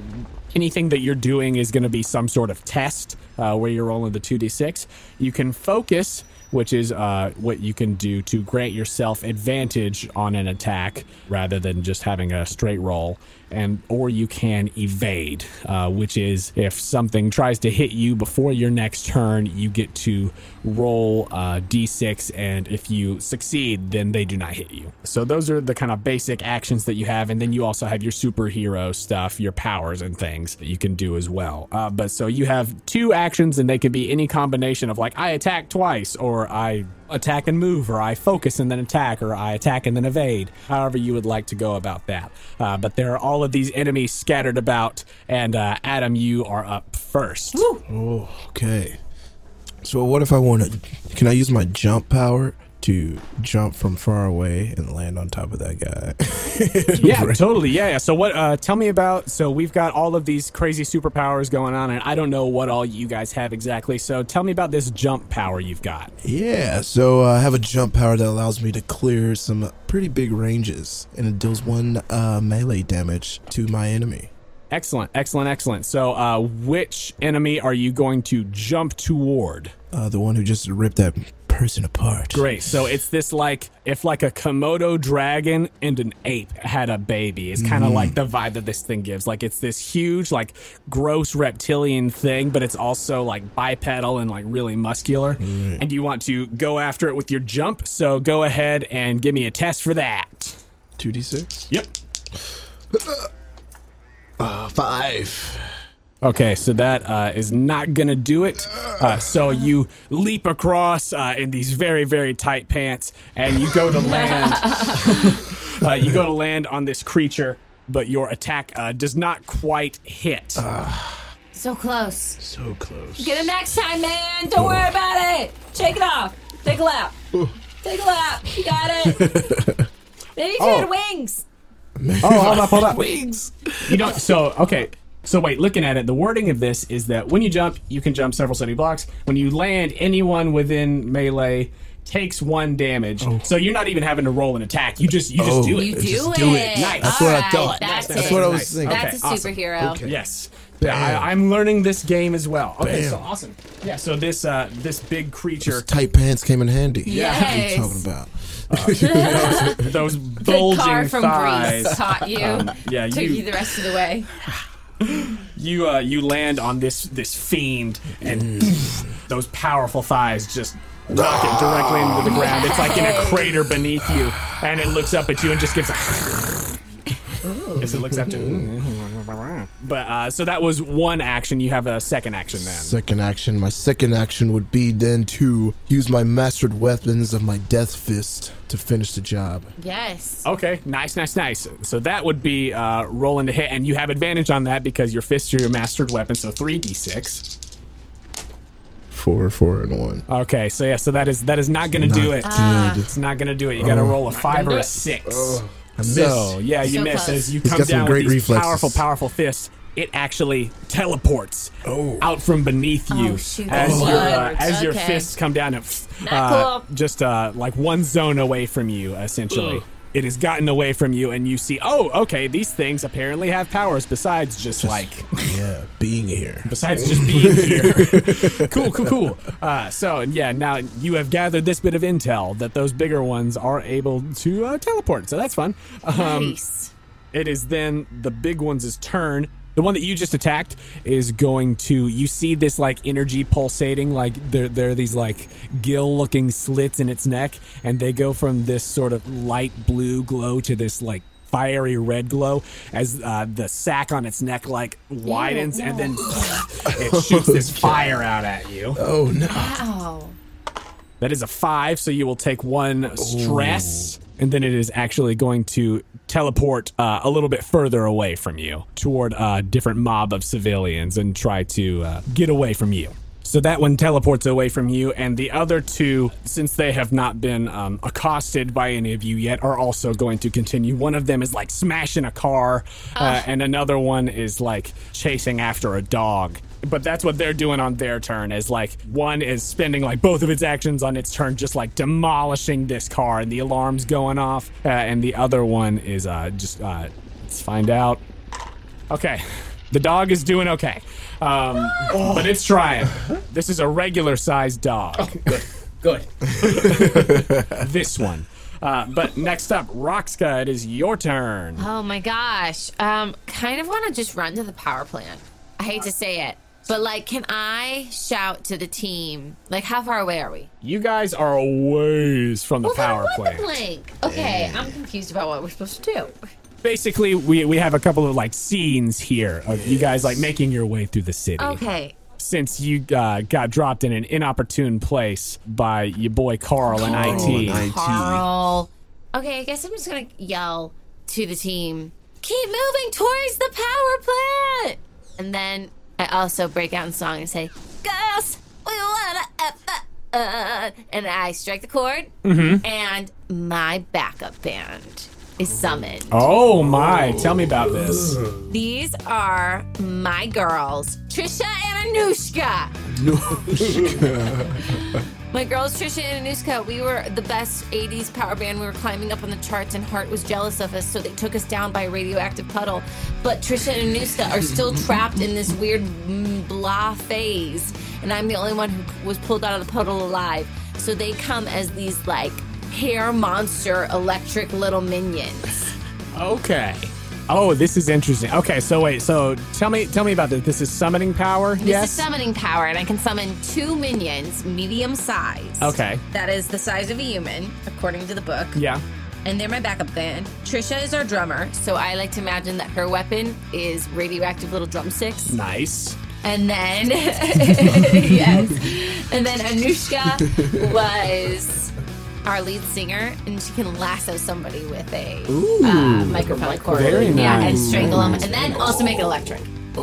A: anything that you're doing is going to be some sort of test uh, where you're rolling the two d six. You can focus, which is uh, what you can do to grant yourself advantage on an attack rather than just having a straight roll. And or you can evade, uh, which is if something tries to hit you before your next turn, you get to roll uh, d6, and if you succeed, then they do not hit you. So those are the kind of basic actions that you have, and then you also have your superhero stuff, your powers and things that you can do as well. Uh, but so you have two actions, and they could be any combination of like I attack twice, or I attack and move, or I focus and then attack, or I attack and then evade. However you would like to go about that. Uh, but there are all of these enemies scattered about, and uh, Adam, you are up first. *laughs*
C: Okay. So what if I want to? Can I use my jump power to jump from far away and land on top of that guy? *laughs*
A: Yeah, totally. Yeah, yeah. So what? Uh, tell me about. So we've got all of these crazy superpowers going on, and I don't know what all you guys have exactly. So tell me about this jump power you've got.
C: yeah. So uh, I have a jump power that allows me to clear some pretty big ranges, and it deals one uh, melee damage to my enemy.
A: Excellent, excellent, excellent. So uh, which enemy are you going to jump toward?
C: Uh, the one who just ripped that person apart.
A: Great. So it's this like if like a Komodo dragon and an ape had a baby. It's kind of like the vibe that this thing gives. Like it's this huge, like gross reptilian thing, but it's also like bipedal and like really muscular. And you want to go after it with your jump. So go ahead and give me a test for that.
C: Two d six.
A: Yep.
C: Uh, Five.
A: Okay, so that uh, is not gonna do it. Uh, so you leap across uh, in these very, very tight *laughs* pants, and you go to land. uh, you go to land on this creature. but your attack uh, does not quite hit.
E: So close.
C: So close.
B: Get him next time, man. Don't worry about it. Shake it off. Take a lap. Take a lap. You got it. Maybe if you had wings.
A: Oh, hold up, hold up. Wings. You don't. So okay. So wait, looking at it, the wording of this is that when you jump, you can jump several city blocks. When you land, anyone within melee takes one damage. So you're not even having to roll an attack. You just you just
C: Oh.
A: do it.
B: You do,
C: Just
B: it.
C: do it.
A: Nice.
C: That's
B: All
C: what I
B: right,
C: thought.
B: That's,
C: That's
B: it.
C: what I was thinking.
B: That's a
A: Okay, awesome.
B: superhero.
C: Okay.
A: Yes. Yeah, I, I'm learning this game as well. Okay, so awesome. Yeah, so this uh this big creature,
C: Those tight pants came in handy. Yeah. What are you
B: Yes.
C: talking about?
A: those
B: The car
A: bulging
B: from
A: thighs.
B: *laughs* Greece taught you.
A: yeah,
B: took
A: you-
B: you the rest of the way.
A: You uh, you land on this this fiend, and those powerful thighs just knock it directly into the ground. It's like in a crater beneath you, and it looks up at you and just gives a. As it looks up to But uh, so that was one action. You have a second action then.
C: Second action. My second action would be then to use my mastered weapons of my death fist to finish the job.
G: Yes.
A: Okay, nice, nice, nice. So that would be uh, rolling to hit, and you have advantage on that because your fists are your mastered weapon, so 3d6.
C: Four, four, and one.
A: Okay, so yeah, so that is that is not gonna do it.
C: Not
B: Ah.
C: good.
A: It's not gonna do it. You gotta roll a five or a six.
C: Oh. I missed.
A: So yeah, you
G: Oh. So
A: miss
G: close.
A: as you
C: He's
A: come
C: got some
A: down
C: great
A: with these
C: reflexes.
A: powerful, powerful fists. It actually teleports
G: Oh.
A: out from beneath you
E: shoot.
A: as
E: Oh.
A: your uh,
G: Words.
A: as your
G: Okay.
A: fists come down. It,
G: Not
A: uh,
G: cool.
A: just uh, like one zone away from you, essentially. It has gotten away from you, and you see, oh, okay, these things apparently have powers besides just like
C: yeah,
A: *laughs*
C: being here.
A: besides just being here. cool, cool, cool. Uh, so yeah, now you have gathered this bit of intel that those bigger ones are able to uh, teleport. So that's fun. Um,
G: Nice.
A: it is then the big one's turn. The one that you just attacked is going to. You see this like energy pulsating, like there, there are these like gill-looking slits in its neck, and they go from this sort of light blue glow to this like fiery red glow as uh, the sack on its neck like widens, and then *laughs* it shoots this fire out at you.
C: Oh no.
G: Ow.
A: That is a five, so you will take one stress, and then it is actually going to teleport uh, a little bit further away from you toward a different mob of civilians and try to uh, get away from you. So that one teleports away from you, and the other two, since they have not been um, accosted by any of you yet, are also going to continue. One of them is like smashing a car, uh, and another one is like chasing after a dog but that's what they're doing on their turn is like one is spending like both of its actions on its turn just like demolishing this car and the alarms going off uh, and the other one is uh just uh let's find out okay the dog is doing okay um
B: Oh.
A: but it's trying this is a regular sized dog
D: Good.
A: this one uh, but next up, Roxka, it is your turn.
B: Oh my gosh. Um, kind of want to just run to the power plant. I hate to say it, but like, can I shout to the team? Like, how far away are we?
A: You guys are a ways from the
B: Well,
A: power
B: then
A: plant.
B: what the blank? Okay, I'm confused about what we're supposed to do.
A: basically we, we have a couple of like scenes here of you guys like making your way through the city
B: Okay.
A: since you uh, got dropped in an inopportune place by your boy carl and it
B: Carl. Okay, I guess I'm just gonna yell to the team. Keep moving towards the power plant. And then I also break out in song and say, "Girls, we wanna F uh," and I strike the chord.
A: Mm-hmm.
B: And my backup band is summoned.
A: oh my tell me about this
B: These are my girls, Trisha and Anushka. *laughs* My girls, Trisha and Anushka, we were the best 80s power band. We were climbing up on the charts, and Hart was jealous of us, so they took us down by a radioactive puddle. But Trisha and Anushka are still trapped in this weird mm, blah phase, and I'm the only one who was pulled out of the puddle alive. So they come as these, like, hair monster electric little minions.
A: okay oh this is interesting okay so wait so tell me tell me about this this is summoning power
B: This
A: yes
B: is summoning power, and I can summon two minions, medium size.
A: okay
B: That is the size of a human, according to the book.
A: yeah
B: And they're my backup band. Trisha is our drummer, so I like to imagine that her weapon is radioactive little drumsticks.
A: nice
B: And then, *laughs*
A: *laughs*
B: yes. And then Anushka was our lead singer, and she can lasso somebody with a uh, microphone cord.
A: Very
B: Yeah, and
A: nice.
B: strangle them, and then also make it electric if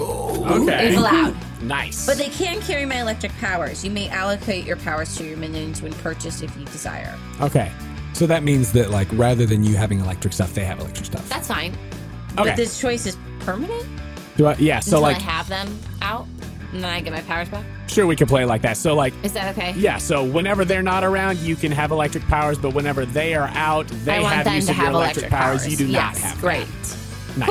A: Okay.
B: allowed.
A: Nice.
H: But they can carry my electric powers. You may allocate your powers to your minions when purchased if you desire.
A: okay. So that means that, like, rather than you having electric stuff, they have electric stuff.
B: That's fine.
A: Okay.
H: But this choice is permanent?
A: Do I, yeah. So
B: Until
A: like,
B: I have them out, and then I get my powers back.
A: sure, we can play like that. So like,
B: Is that okay?
A: yeah. So whenever they're not around, you can have electric powers, but whenever they are out, they
B: I want
A: have
B: them
A: use
B: to
A: of your
B: have
A: electric, powers. You do
B: yes,
A: not have. them.
B: Great.
A: Nice.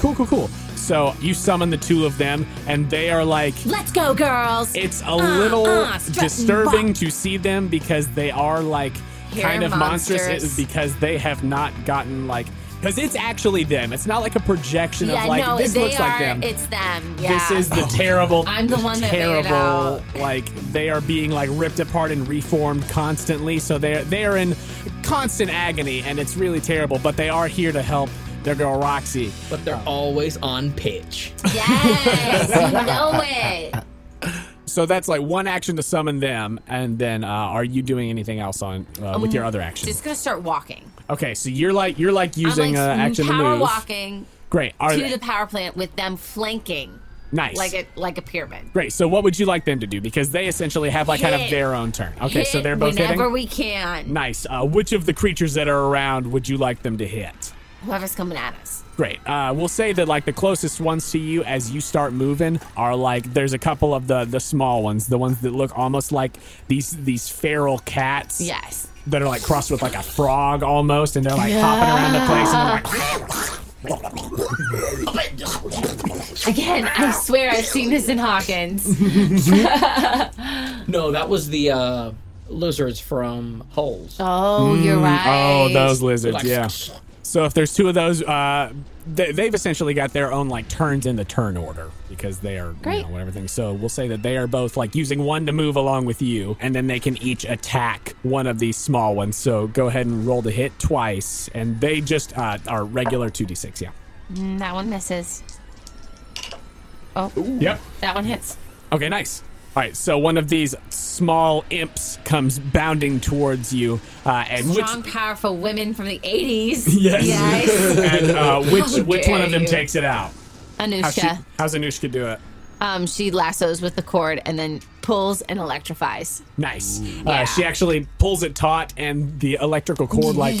A: Cool. Cool. Cool. Cool. So you summon the two of them, and they are like.
E: Let's go, girls.
A: It's a little
E: uh, strut and
A: disturbing to see them because they are like
B: Hair
A: kind of monstrous
B: monsters.
A: it- because they have not gotten like because it's actually them. It's not like a projection
B: Yeah,
A: of like
B: no,
A: this
B: they
A: looks
B: are.
A: like them.
B: It's them. Yeah.
A: This is the terrible.
B: I'm the one that made it
A: terrible. Like they are being like ripped apart and reformed constantly, so they they are in constant agony, and it's really terrible. But they are here to help their girl Roxy.
D: But they're always on pitch. *laughs*
A: *laughs*
B: yes, you know it.
A: So that's like one action to summon them, and then uh, are you doing anything else on uh, with your other action?
B: Um, Just gonna start walking.
A: Okay, so you're like you're like using
B: I'm like
A: uh, action to
B: power
A: move.
B: walking
A: Great. Are
B: to
A: they-
B: the power plant with them flanking
A: nice.
B: like a like a pyramid.
A: Great. So what would you like them to do? Because they essentially have like kind of
B: Hit.
A: their own turn. Okay, so
B: Hit
A: they're both
B: whenever
A: hitting.
B: we can.
A: nice. Uh, which of the creatures that are around would you like them to hit?
B: Whoever's coming at us.
A: Great. Uh, we'll say that like the closest ones to you as you start moving are like there's a couple of the the small ones, the ones that look almost like these these feral cats.
B: Yes.
A: That are like crossed with like a frog almost, and they're like hopping around the place. And they're like,
B: Again, *laughs* I swear I've seen this
A: *laughs*
B: in Hawkins.
D: No, that was the uh, lizards from Holes.
G: Oh, you're
B: Ah.
G: right.
A: oh, those lizards!
D: Like-
A: Yeah. So if there's two of those, uh, they, they've essentially got their own like turns in the turn order because they are you know, whatever thing. So we'll say that they are both like using one to move along with you, and then they can each attack one of these small ones. So go ahead and roll the hit twice, and they just uh, are regular two d six. Yeah.
B: Mm, that one misses. Oh,
A: Yep.
B: That one hits.
A: Okay, nice. All right, so one of these small imps comes bounding towards you, uh, and which
B: Strong, powerful women from the
A: *laughs*
B: 80s.
A: yes, *laughs* and uh, which
B: *laughs* How
A: which one of
B: dare
A: them
B: you.
A: takes it out? How's,
B: Anusha.
A: she, how's Anushka do it?
B: um, she lassos with the cord and then pulls and electrifies.
A: Nice. Uh,
B: Yeah.
A: she actually pulls it taut, and the electrical cord like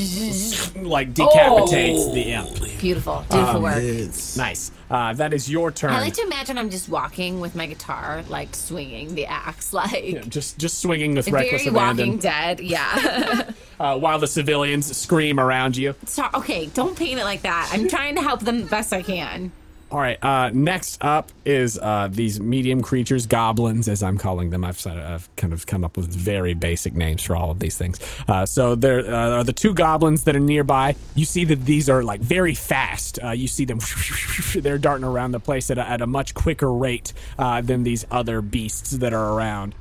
A: like decapitates the imp.
B: Beautiful.
A: Ah,
B: Beautiful work.
C: It's
A: Nice. Uh, that is your turn.
B: I like to imagine I'm just walking with my guitar, like swinging the axe, *laughs* like
A: just just swinging with reckless
B: very Walking
A: abandon
B: Dead. Yeah. *laughs*
A: uh, while the civilians scream around you.
B: so, okay, don't paint it like that. I'm trying to help them the best I can.
A: All right. Uh, next up is uh, these medium creatures, goblins, as I'm calling them. I've, said, I've kind of come up with very basic names for all of these things. Uh, so there uh, are the two goblins that are nearby. You see that these are like very fast. Uh, you see them; *laughs* they're darting around the place at a, at a much quicker rate uh, than these other beasts that are around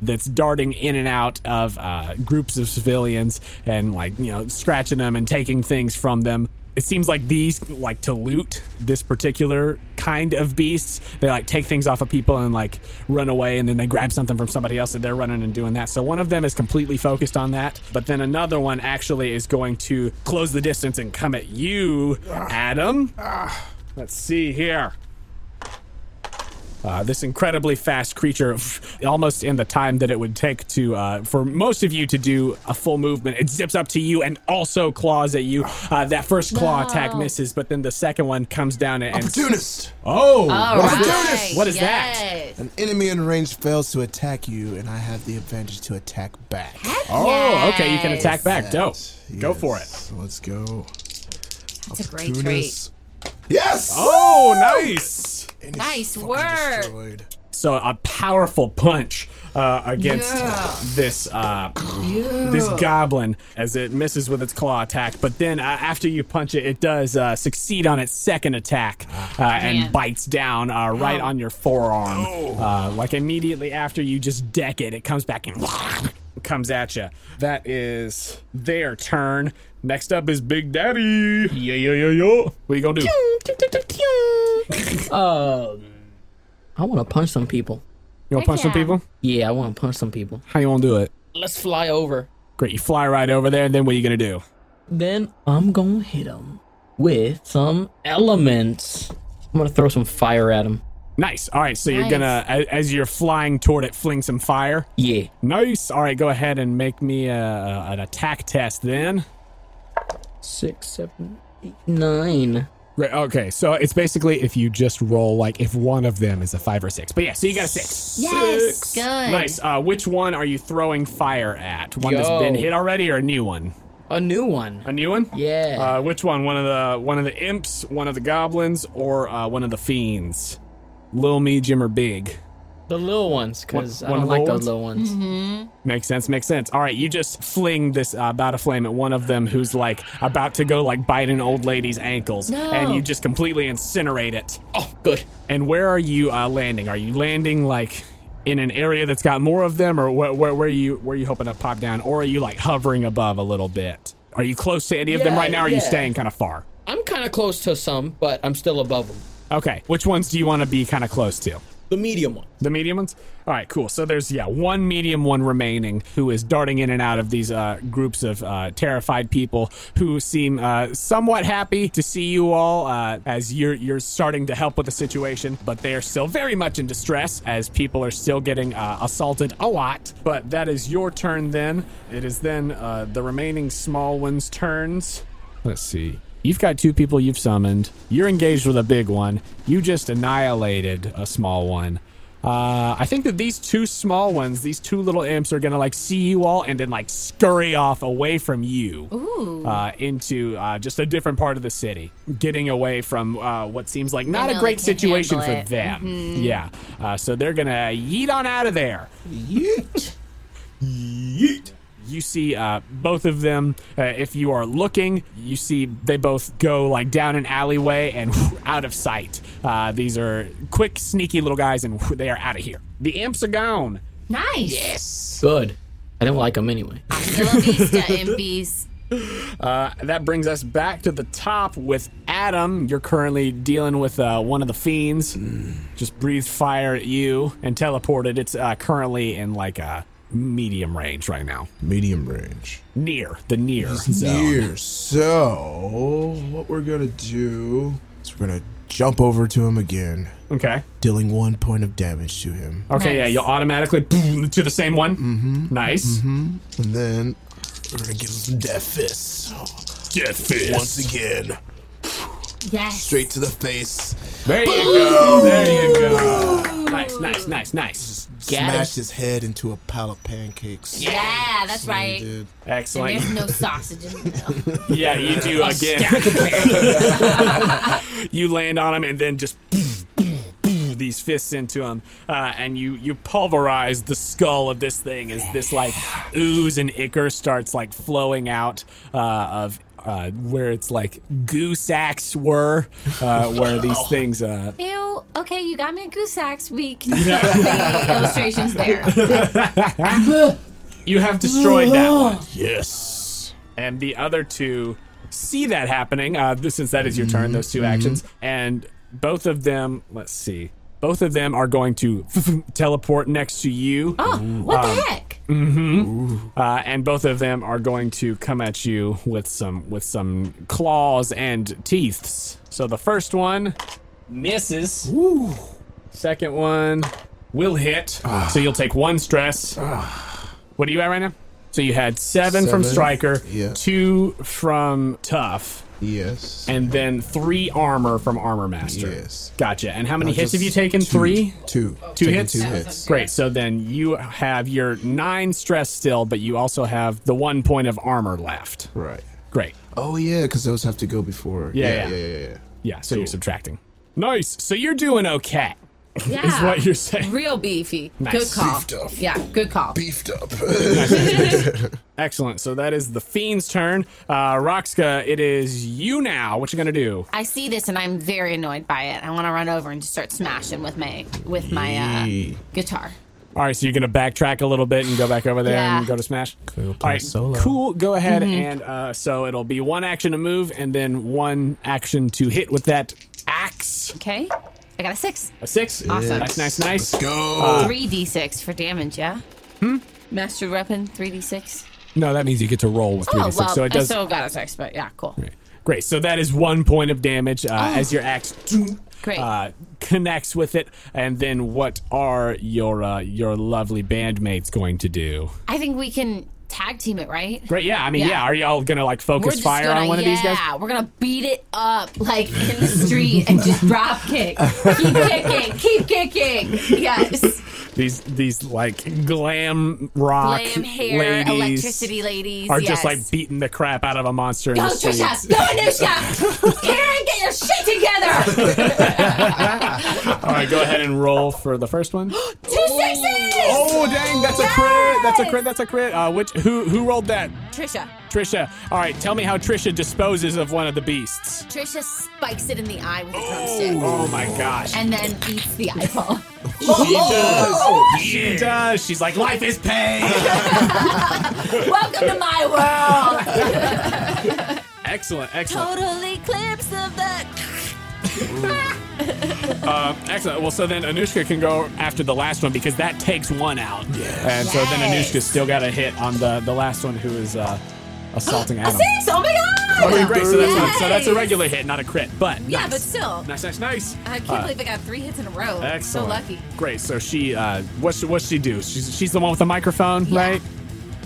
A: that's darting in and out of uh, groups of civilians and like you know scratching them and taking things from them it seems like these like to loot this particular kind of beasts they like take things off of people and like run away and then they grab something from somebody else and they're running and doing that so one of them is completely focused on that but then another one actually is going to close the distance and come at you adam let's see here uh, this incredibly fast creature, *laughs* almost in the time that it would take to uh, for most of you to do a full movement, it zips up to you and also claws at you. Uh, that first claw attack misses, but then the second one comes down and.
C: opportunist.
A: oh,
C: What's
B: Right.
C: this?
A: What is
B: yes.
C: An enemy in range fails to attack you, and I have the advantage to attack back.
A: Oh, okay, you can attack back. Dope.
C: Yes,
A: Go for it.
C: yes, Let's go.
B: That's a great trait.
C: Opportunist. Yes.
A: Oh, nice.
C: And it's
B: Nice
C: fucking
B: work.
C: destroyed.
A: So a powerful punch uh, against this uh, this goblin as it misses with its claw attack. But then uh, after you punch it, it does uh, succeed on its second attack uh, and
B: Man.
A: bites down uh, right on your forearm. Uh, like immediately after you just deck it, it comes back and *laughs* comes at you. That is their turn. Next up is Big Daddy. Yo yo yo yo. What you gonna do?
D: I want to punch some people.
A: You wanna punch some people?
D: Yeah, I want to punch some people.
A: How you wanna do it?
D: Let's fly over.
A: Great. You fly right over there, and then what are you going to do?
D: Then I'm gonna hit him with some elements. I'm gonna throw some fire at him.
A: Nice. All right. So you're going to, as you're flying toward it, fling some fire.
D: Yeah.
A: Nice. All right. Go ahead and make me a, an attack test then.
D: Six, seven, eight, nine.
A: Right, okay, so it's basically if you just roll like if one of them is a five or six. But yeah, so you got a six.
G: Yes, good.
A: Nice. Uh, which one are you throwing fire at? One that's
D: Yo.
A: been hit already, or a new one?
D: A new one.
A: A new one?
D: Yeah.
A: Uh, which one? One of the one of the imps, one of the goblins, or uh, one of the fiends? Lil medium or big?
D: the little ones, because I
A: one
D: don't
A: of the
D: like
A: little
D: those little ones.
A: Makes sense. Makes sense. All right, you just fling this uh, bat of flame at one of them who's like about to go like bite an old lady's ankles, and you just completely incinerate it.
D: Oh, good.
A: And where are you uh, landing? Are you landing like in an area that's got more of them, or where, where, where are you where are you hoping to pop down, or are you like hovering above a little bit? Are you close to any of them
D: Yeah,
A: right now? Or Are you
D: yeah.
A: staying kind of far?
D: I'm kind of close to some, but I'm still above them.
A: Okay, which ones do you want to be kind of close to?
D: The medium one.
A: The medium ones? All right, cool. So there's, yeah, one medium, one remaining who is darting in and out of these uh, groups of uh, terrified people who seem uh, somewhat happy to see you all uh, as you're, you're starting to help with the situation, but they are still very much in distress as people are still getting uh, assaulted a lot. But that is your turn then. It is then uh, the remaining small ones' turns. Let's see. You've got two people you've summoned. You're engaged with a big one. You just annihilated a small one. Uh, I think that these two small ones, these two little imps, are gonna like see you all and then like scurry off away from you Uh, into uh, just a different part of the city, getting away from uh, what seems like not
B: know
A: a
B: they
A: great
B: can't
A: situation for
B: handle it. Mm-hmm.
A: them. Yeah, uh, so they're gonna yeet on out of there. You see uh, both of them. Uh, if you are looking, you see they both go like down an alleyway and *laughs* out of sight. Uh, these are quick, sneaky little guys, and *laughs* they are out of here. The imps are gone.
B: Nice.
D: Good. I don't like them anyway.
B: Hasta la
A: *laughs*
B: vista, impies.
A: Uh, that brings us back to the top with Adam. You're currently dealing with uh, one of the fiends. Just breathed fire at you and teleported. It's uh, currently in like a medium range right now.
C: Medium range.
A: Near the near.
C: Here, so what we're gonna do is we're gonna jump over to him again,
A: Okay.
C: dealing one point of damage to him,
A: Okay, yeah, you'll automatically boom to the same one. Mm-hmm. Nice.
C: and then we're gonna give him some death fists
A: Death fist.
C: once again,
B: Yes.
C: straight to the face.
A: There you go. There you go. Nice, nice, nice, nice.
D: Got
C: Smashed
D: it.
C: his head into a pile of pancakes.
B: Yeah, that's
C: He
B: right.
C: did.
A: Excellent.
B: There's no sausage in the
A: *laughs*
B: middle.
A: Yeah, you do again. *laughs* you land on him and then just these fists into him, uh, and you you pulverize the skull of this thing as this like ooze and ichor starts like flowing out uh, of. Uh, where it's like goo sacks were, uh, where *laughs* these things uh,
B: Ew. Okay, you got me at Goosacks. We can see the
A: *laughs*
B: illustrations there.
A: You have destroyed that one.
C: Yes.
A: And the other two see that happening, uh, th- since that is your turn, those 2 actions. And both of them, let's see, both of them are going to *laughs* teleport next to you.
B: Oh, what the heck?
A: Uh, and both of them are going to come at you with some with some claws and teeths. So the first one misses. Second one will hit.
C: Ah.
A: so you'll take one stress. what are you at right now? So you had seven, from
C: Seven.
A: striker,
C: Yeah.
A: two from tough,
C: Yes.
A: and then three armor from armor master.
C: Yes.
A: Gotcha. And how many
C: I
A: hits
C: just-
A: have you taken? Three.
C: Two.
A: Two
C: Taking
A: hits?
C: Two hits.
A: Great. So then you have your nine stress still, but you also have the one point of armor left.
C: Right.
A: Great.
C: Oh yeah, because those have to go before.
A: Yeah,
C: Yeah.
A: yeah.
C: Yeah. Yeah. yeah,
A: Yeah. So you're subtracting. Nice. So you're doing okay.
H: Yeah.
A: Is what you're saying.
H: Real beefy.
A: Nice.
H: Good call.
C: Beefed up.
H: Yeah, good call.
C: Beefed up.
A: Excellent. So that is the fiend's turn. Uh, Roxka, it is you now. What you gonna do?
B: I see this and I'm very annoyed by it. I want to run over and just start smashing with my with my uh, guitar.
A: All right. So you're gonna backtrack a little bit and go back over there
B: Yeah.
A: and go to smash. Cool. All
C: play
A: right.
C: solo.
A: Cool. Go ahead and uh, so it'll be one action to move and then one action to hit with that axe.
B: Okay, I got a six.
A: A six.
B: Awesome.
A: Nice. Nice. Nice.
C: Go.
A: Hmm?
B: Three d6 for damage. Yeah.
H: Master weapon, 3d6.
A: No, that means you get to roll with 3d6.
H: Oh, well,
A: so it does.
H: I still got a six, but yeah, cool.
A: Great. So that is one point of damage uh,
B: Oh.
A: as your axe
H: Great.
A: uh, connects with it. And then what are your uh, your lovely bandmates going to do?
B: I think we can tag team it, right?
A: Great. Yeah. I mean, yeah. are y'all going to like
B: We're
A: focus
B: just
A: fire
B: gonna,
A: on one
B: yeah,
A: of these guys?
B: we're gonna beat it up like in the street and just drop kick, keep kicking, keep kicking. Yes,
A: These these like glam rock
B: glam hair,
A: ladies
B: electricity ladies
A: are
B: yes.
A: just like beating the crap out of a monster. in
B: Go,
A: the street.
B: Trisha! Go, Anusha! Karen, get your shit together!
A: All right, go ahead and roll for the first
B: *gasps*
A: one.
B: Two sixes!
A: Oh dang, that's a crit! That's a crit! That's a crit! Uh, which who who rolled that?
B: Trisha.
A: Trisha. All right, tell me how Trisha disposes of one of the beasts.
B: Trisha spikes it in the eye with a drumstick
A: Oh my gosh.
B: and then eats the eyeball.
A: she does. She does. She's like, life is
B: *laughs*
A: pain.
B: *laughs* Welcome to my world!
A: excellent, excellent,
B: Total eclipse of the.
A: um, excellent. Well, so then Anushka can go after the last one because that takes one out. And so then
B: Yes.
A: Anushka's still got a hit on the the last one who is uh,
B: *gasps*
A: assaulting Adam.
B: Six! Oh my god!
A: Okay, great. So that's, a, so that's a
B: Nice.
A: regular hit, not a crit, but
B: Yeah,
A: nice.
B: but still.
A: Nice, nice, nice.
B: I can't
A: Uh,
B: believe I got three hits in a row.
A: Excellent.
B: So lucky.
A: Great. So she, uh, what's what's she do? She's she's the one with the microphone,
B: *laughs*
A: right?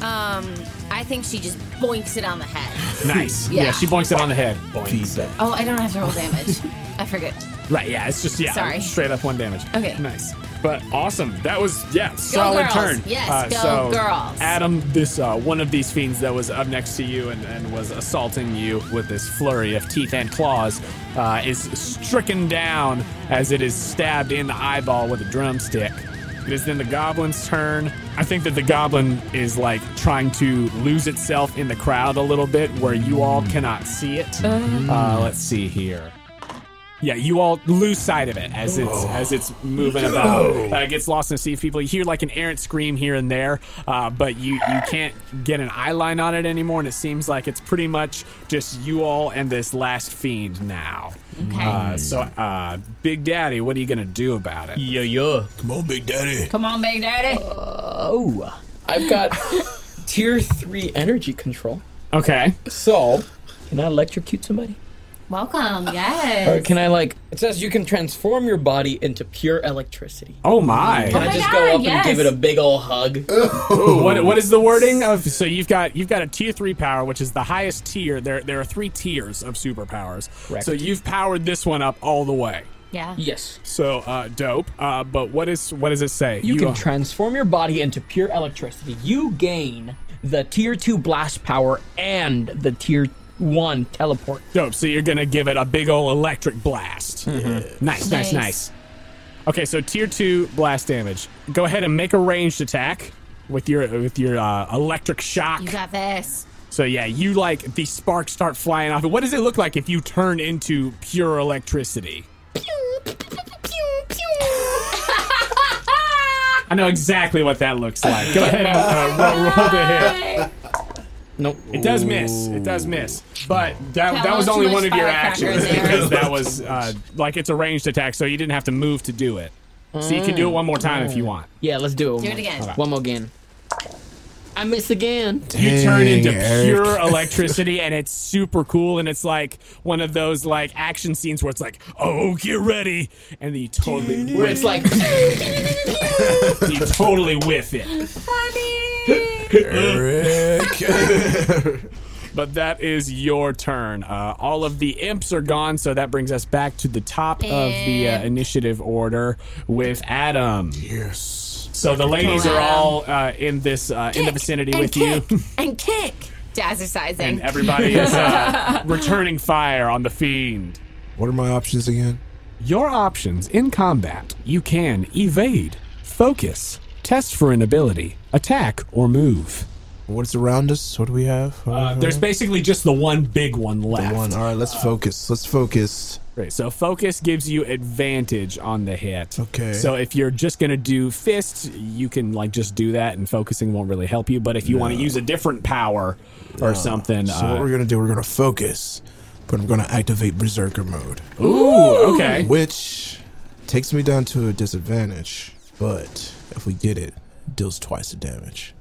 B: Um, I think she just boinks it on the head.
A: Nice. yeah.
B: Yeah.
A: She boinks it on the head. Boinks.
B: Oh, I don't have to roll damage. *laughs* I forget.
A: Right. Yeah. It's just yeah.
B: Sorry.
A: Straight up one damage.
B: Okay.
A: Nice. But awesome. That was yeah. solid
B: girls.
A: turn.
B: Yes,
A: Uh,
B: go
A: so
B: girls.
A: Adam, this uh, one of these fiends that was up next to you and, and was assaulting you with this flurry of teeth and claws uh, is stricken down as it is stabbed in the eyeball with a drumstick. It is then the goblin's turn. I think that the goblin is like trying to lose itself in the crowd a little bit where you all cannot see
B: Oh.
A: it. Uh, let's see here. Yeah, you all lose sight of it as it's as it's moving about. Uh, it gets lost in the sea of people. You hear like an errant scream here and there, uh, but you you can't get an eye line on it anymore. And it seems like it's pretty much just you all and this last fiend now.
B: Okay.
A: Uh, so, uh, Big Daddy, what are you gonna do about it?
D: Yo yo.
C: Come on, Big Daddy.
H: Come on, Big Daddy.
D: Oh, I've got *laughs* tier three energy control.
A: Okay.
D: So, can I electrocute somebody?
B: Welcome. Yes.
D: Or can I like? It says you can transform your body into pure electricity.
A: Oh my.
D: Can I
B: my
D: just
B: God,
D: go up
B: yes.
D: and give it a big ol' hug?
A: What, what is the wording of? So you've got you've got a tier three power, which is the highest tier. There there are three tiers of superpowers.
D: Correct.
A: So you've powered this one up all the way.
B: Yeah.
D: yes.
A: So uh, dope. Uh, but what is what does it say?
D: You, can
A: are-
D: transform your body into pure electricity. You gain the tier two blast power and the tier one teleport.
A: dope. So you're gonna give it a big ol' electric blast. Nice, nice,
B: Nice.
A: nice. Okay, so tier two blast damage. Go ahead and make a ranged attack with your with your uh, electric shock.
B: You got this.
A: so yeah, you like the sparks start flying off. What does it look like if you turn into pure electricity? I know exactly what that looks like. Go ahead and uh, roll, roll the hit.
D: Nope.
A: It does miss. It does miss. But that, that
H: That
A: was
H: was
A: only
H: too
A: one
H: much
A: of your
H: firecracker
A: actions
H: there.
A: because that was uh, like it's a ranged attack, so you didn't have to move to do it. So you can do it one more time if you want.
D: Yeah, let's do it.
B: Do it again.
D: One more again. I miss again.
A: You turn into
C: Dang, Eric.
A: pure electricity, and it's super cool. And it's like one of those like action scenes where it's like, "Oh, get ready," and then you totally,
D: Where it's like,
A: you totally whiff it.
C: Eric.
A: But that is your turn. Uh, all of the imps are gone, so that brings us back to the top of the uh, initiative order with Adam.
C: yes.
A: So the ladies are all uh, in this uh, *laughs* in the
B: Kick
A: vicinity
B: and
A: with you,
B: kick
A: *laughs*
B: and kick. Jazzercising.
A: and everybody is
B: *laughs*
A: uh, returning fire on the fiend.
C: What are my options again?
A: Your options in combat: you can evade, focus, test for an ability, attack, or move.
C: What's around us? What do we have?
A: Uh, there's basically just the one big one left.
C: one. All right,
A: Uh,
C: let's focus. Let's focus.
A: Right. So focus gives you advantage on the hit.
C: Okay.
A: So if you're just gonna do fists, you can like just do that, and focusing won't really help you. But if you want to use a different power or something,
C: So what
A: uh,
C: we're gonna do? We're gonna focus, but I'm gonna activate Berserker mode,
A: ooh, okay.
C: which takes me down to a disadvantage. But if we get it, it deals twice the damage.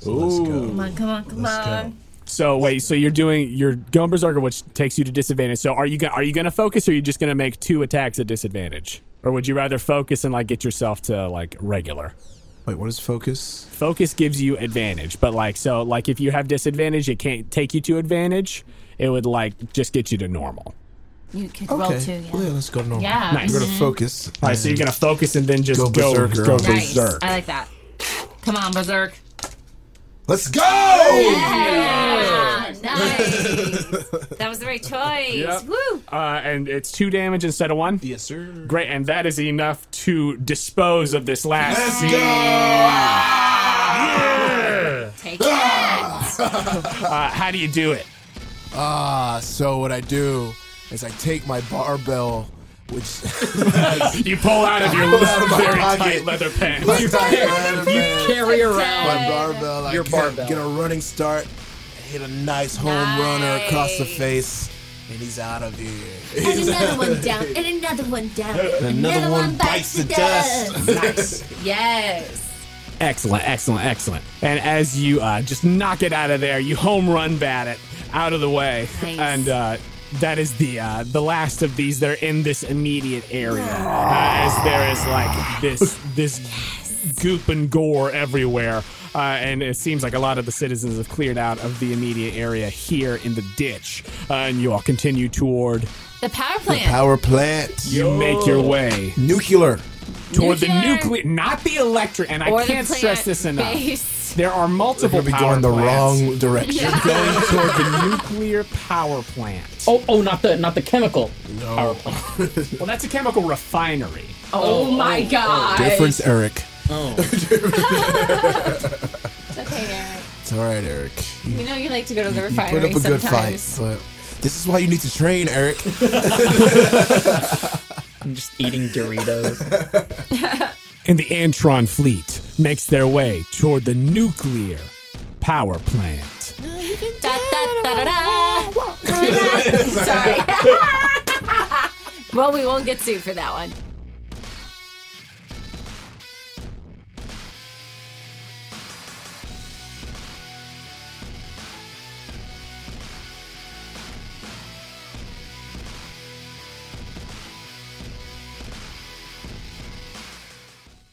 C: So let's go.
H: Come on, come on, come
C: Let's
H: on.
C: go.
A: So wait, so you're doing you're going berserker, which takes you to disadvantage. So are you go- are you going to focus, or are you just going to make two attacks at disadvantage, or would you rather focus and like get yourself to like regular?
C: Wait, what is focus?
A: Focus gives you advantage, but like so like if you have disadvantage, it can't take you to advantage. It would like just get you to normal.
E: You could
C: Okay.
E: roll two, yeah.
C: Well, yeah, let's go normal.
G: Yeah.
A: Nice.
C: We're gonna focus.
A: All right, so you're going to focus and then just
C: Go
A: go go berserk.
C: berserker.
H: Nice.
A: berserk.
B: Uh,
G: I like that. Come on, Berserk.
C: Let's go!
B: *laughs* That was the right choice.
A: Yep. Uh, and it's two damage instead of one.
C: Yes, sir.
A: Great, and that is enough to dispose of this last
C: Let's
A: scene.
C: go!
A: Ah, Uh, how do you do it?
C: Ah, so what I do is I take my barbell, which *laughs*
A: You pull out of your
C: Pull out of my
A: very
C: pocket.
A: tight leather pants.
C: my barbell, man,
D: Carry around.
C: my barbell, I
D: Your
C: get-
D: barbell.
C: get a running start, hit a nice home runner across the face, and he's out of here.
E: And another
A: *laughs*
E: one down, and another one down.
C: Another one bites the dust. Nice.
H: Yes.
A: Excellent, excellent, excellent. And as you uh, just knock it out of there, you home run bat it out of the way, and uh, that is the uh, the last of these that are in this immediate area. Uh, as there is like this this goop and gore everywhere, uh, and it seems like a lot of the citizens have cleared out of the immediate area here in the ditch, uh, and you all continue toward.
B: The power plant.
C: Power plant.
A: You make your way
C: Nuclear.
A: toward the
B: Nuclear.
A: nuclear, not the electric. And
B: Or
A: I
B: the
A: can't stress this enough.
B: plant-based.
A: There are multiple
C: We're be
A: power
C: going the
A: plants *laughs*
C: wrong direction.
A: going *laughs* toward the nuclear power plant.
D: Oh, oh, not the not the chemical.
C: No.
A: Well, that's a chemical refinery.
B: Oh, my god.
C: Difference, Eric. *laughs*
B: Okay, Eric.
C: It's all right, Eric. You
B: We know you like to go to the
C: put
B: refinery
C: up a good
B: sometimes.
C: fight, but this is why you need to
B: *laughs*
C: train, Eric.
D: I'm just eating Doritos.
A: And the Antron fleet makes their way toward the nuclear power plant.
B: Da, da, da, da, da. Sorry. *laughs* well, we won't get sued for that one.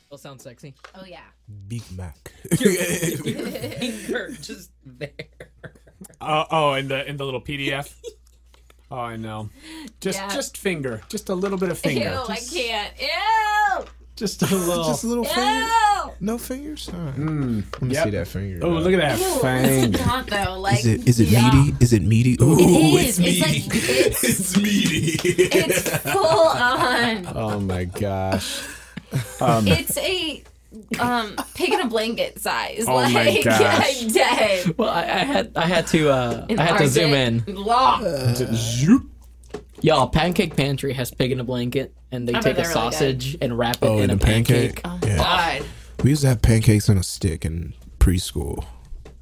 D: Still sounds sexy.
H: Oh yeah.
C: Big Mac.
D: Finger just there.
A: *laughs* Uh, oh, and the in the little
C: *laughs*
A: PDF. Oh, I know. Just
B: Yeah.
A: just finger, just a little bit of
B: Ew, *laughs*
A: finger,
B: I can't. Ew.
A: just
B: *laughs*
A: a little.
C: Just a little finger.
B: Ew.
C: No fingers. All right. Let me
A: Yep.
C: see that finger.
A: oh, look at that
B: *laughs*
C: *laughs*
A: finger.
B: Not though. Like
C: Is it is it
B: yeah.
C: meaty? Is it meaty? Ooh,
B: It's, it's like it's,
C: it's meaty.
B: it's full on.
A: Oh my gosh.
B: It's a um pig in a blanket size.
A: Oh
B: like *laughs*
A: my gosh.
B: I'm dead.
D: Well, I, I had I had to uh, I had to
B: Arctic
D: zoom in.
B: Law.
A: Zoop.
D: Y'all, Pancake Pantry has pig in a blanket, and they
B: bet
D: take a
B: they're really
D: sausage and wrap it
C: Oh,
D: in
C: and
D: a
C: a pancake.
D: pancake.
C: Yeah.
D: God,
C: We used to have pancakes on a stick in preschool.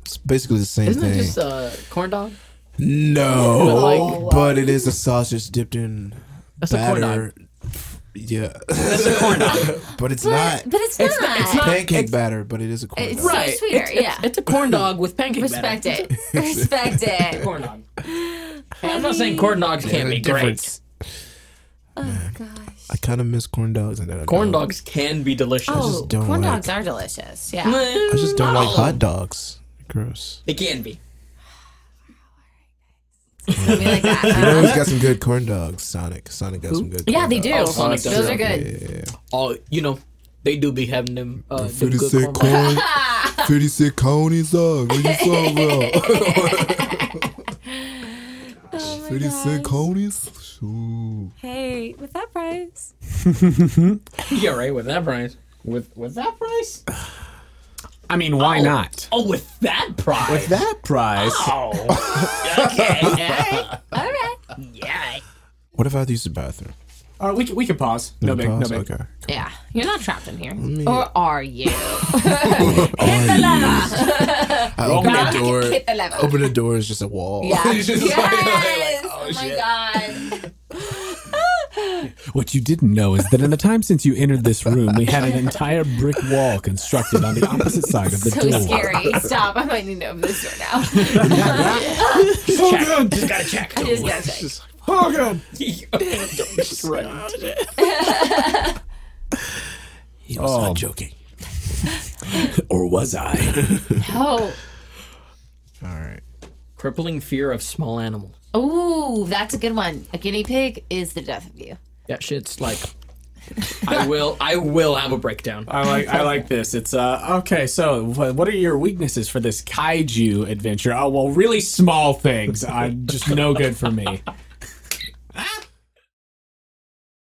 C: It's basically the same
D: isn't
C: thing.
D: it just uh, corn dog?
C: no,
D: But,
C: but it is a sausage dipped in
D: That's a corn dog.
C: batter. Yeah, *laughs* but it's not.
B: But it's not.
D: It's not
C: pancake batter, but it is a corn
B: It's
C: dog.
B: so sweet.
D: It's, it's-
B: yeah.
D: it's a corn dog with pancake
B: Respect
D: batter.
B: it. Respect it. *laughs*
D: Corn dog. I'm not saying corn dogs can't be great. Oh,
C: I kind of miss corn dogs and then I
D: Corn
C: don't.
D: dogs can be delicious.
B: Oh,
C: don't
B: corn
C: like-
B: dogs are delicious. *laughs* Yeah.
C: I just don't like hot dogs. Gross.
D: They can be.
B: I mean, like that.
C: *laughs* You know who's got some good corn dogs? Sonic. Sonic got some good.
B: Yeah,
C: corn
B: they do.
C: dogs.
D: Sonic does.
B: Those are good.
D: Oh, you know, they do be having them. Uh, them
C: Fifty
D: good
C: six
D: corn dogs.
C: corn. *laughs* Fifty six corny dog. What you *laughs* Oh talking about? Fifty six conies. Ooh.
B: Hey, with that price.
D: *laughs* Yeah, right. With that price. With with that price.
A: I mean, why not?
D: Oh, with that price. With
A: That prize.
D: okay.
B: All right.
D: yeah.
C: What if I had to use the bathroom?
A: All right, we can, we can pause. No big, no
C: Pause?
A: big.
C: Okay.
B: Yeah. You're not trapped in here. *laughs* Or are you?
C: I open
A: back.
C: the
B: *laughs*
C: door.
B: Hit the
C: *laughs*
B: lever.
C: Open the door is just a wall.
B: Yeah. Oh
C: It's just like-
B: Yes. oh my god.
A: What you didn't know is that in the time since you entered this room, we had an entire brick wall constructed on the opposite side of the
B: So
A: door.
B: scary. Stop. I might need to open this door now.
D: Just check. Just gotta check.
B: I just gotta check.
A: Oh god!
D: Just right.
C: He
A: Oh.
C: was
A: *laughs*
C: not joking. or was I?
B: Oh.
C: All right.
D: Crippling fear of small animals.
B: Ooh, that's a good one. A guinea pig is the death of you.
D: That shit's like. I will. I will have a breakdown.
A: I like I like this. It's uh okay. So wh- what are your weaknesses for this kaiju adventure? Oh well, really small things. I just no good for me.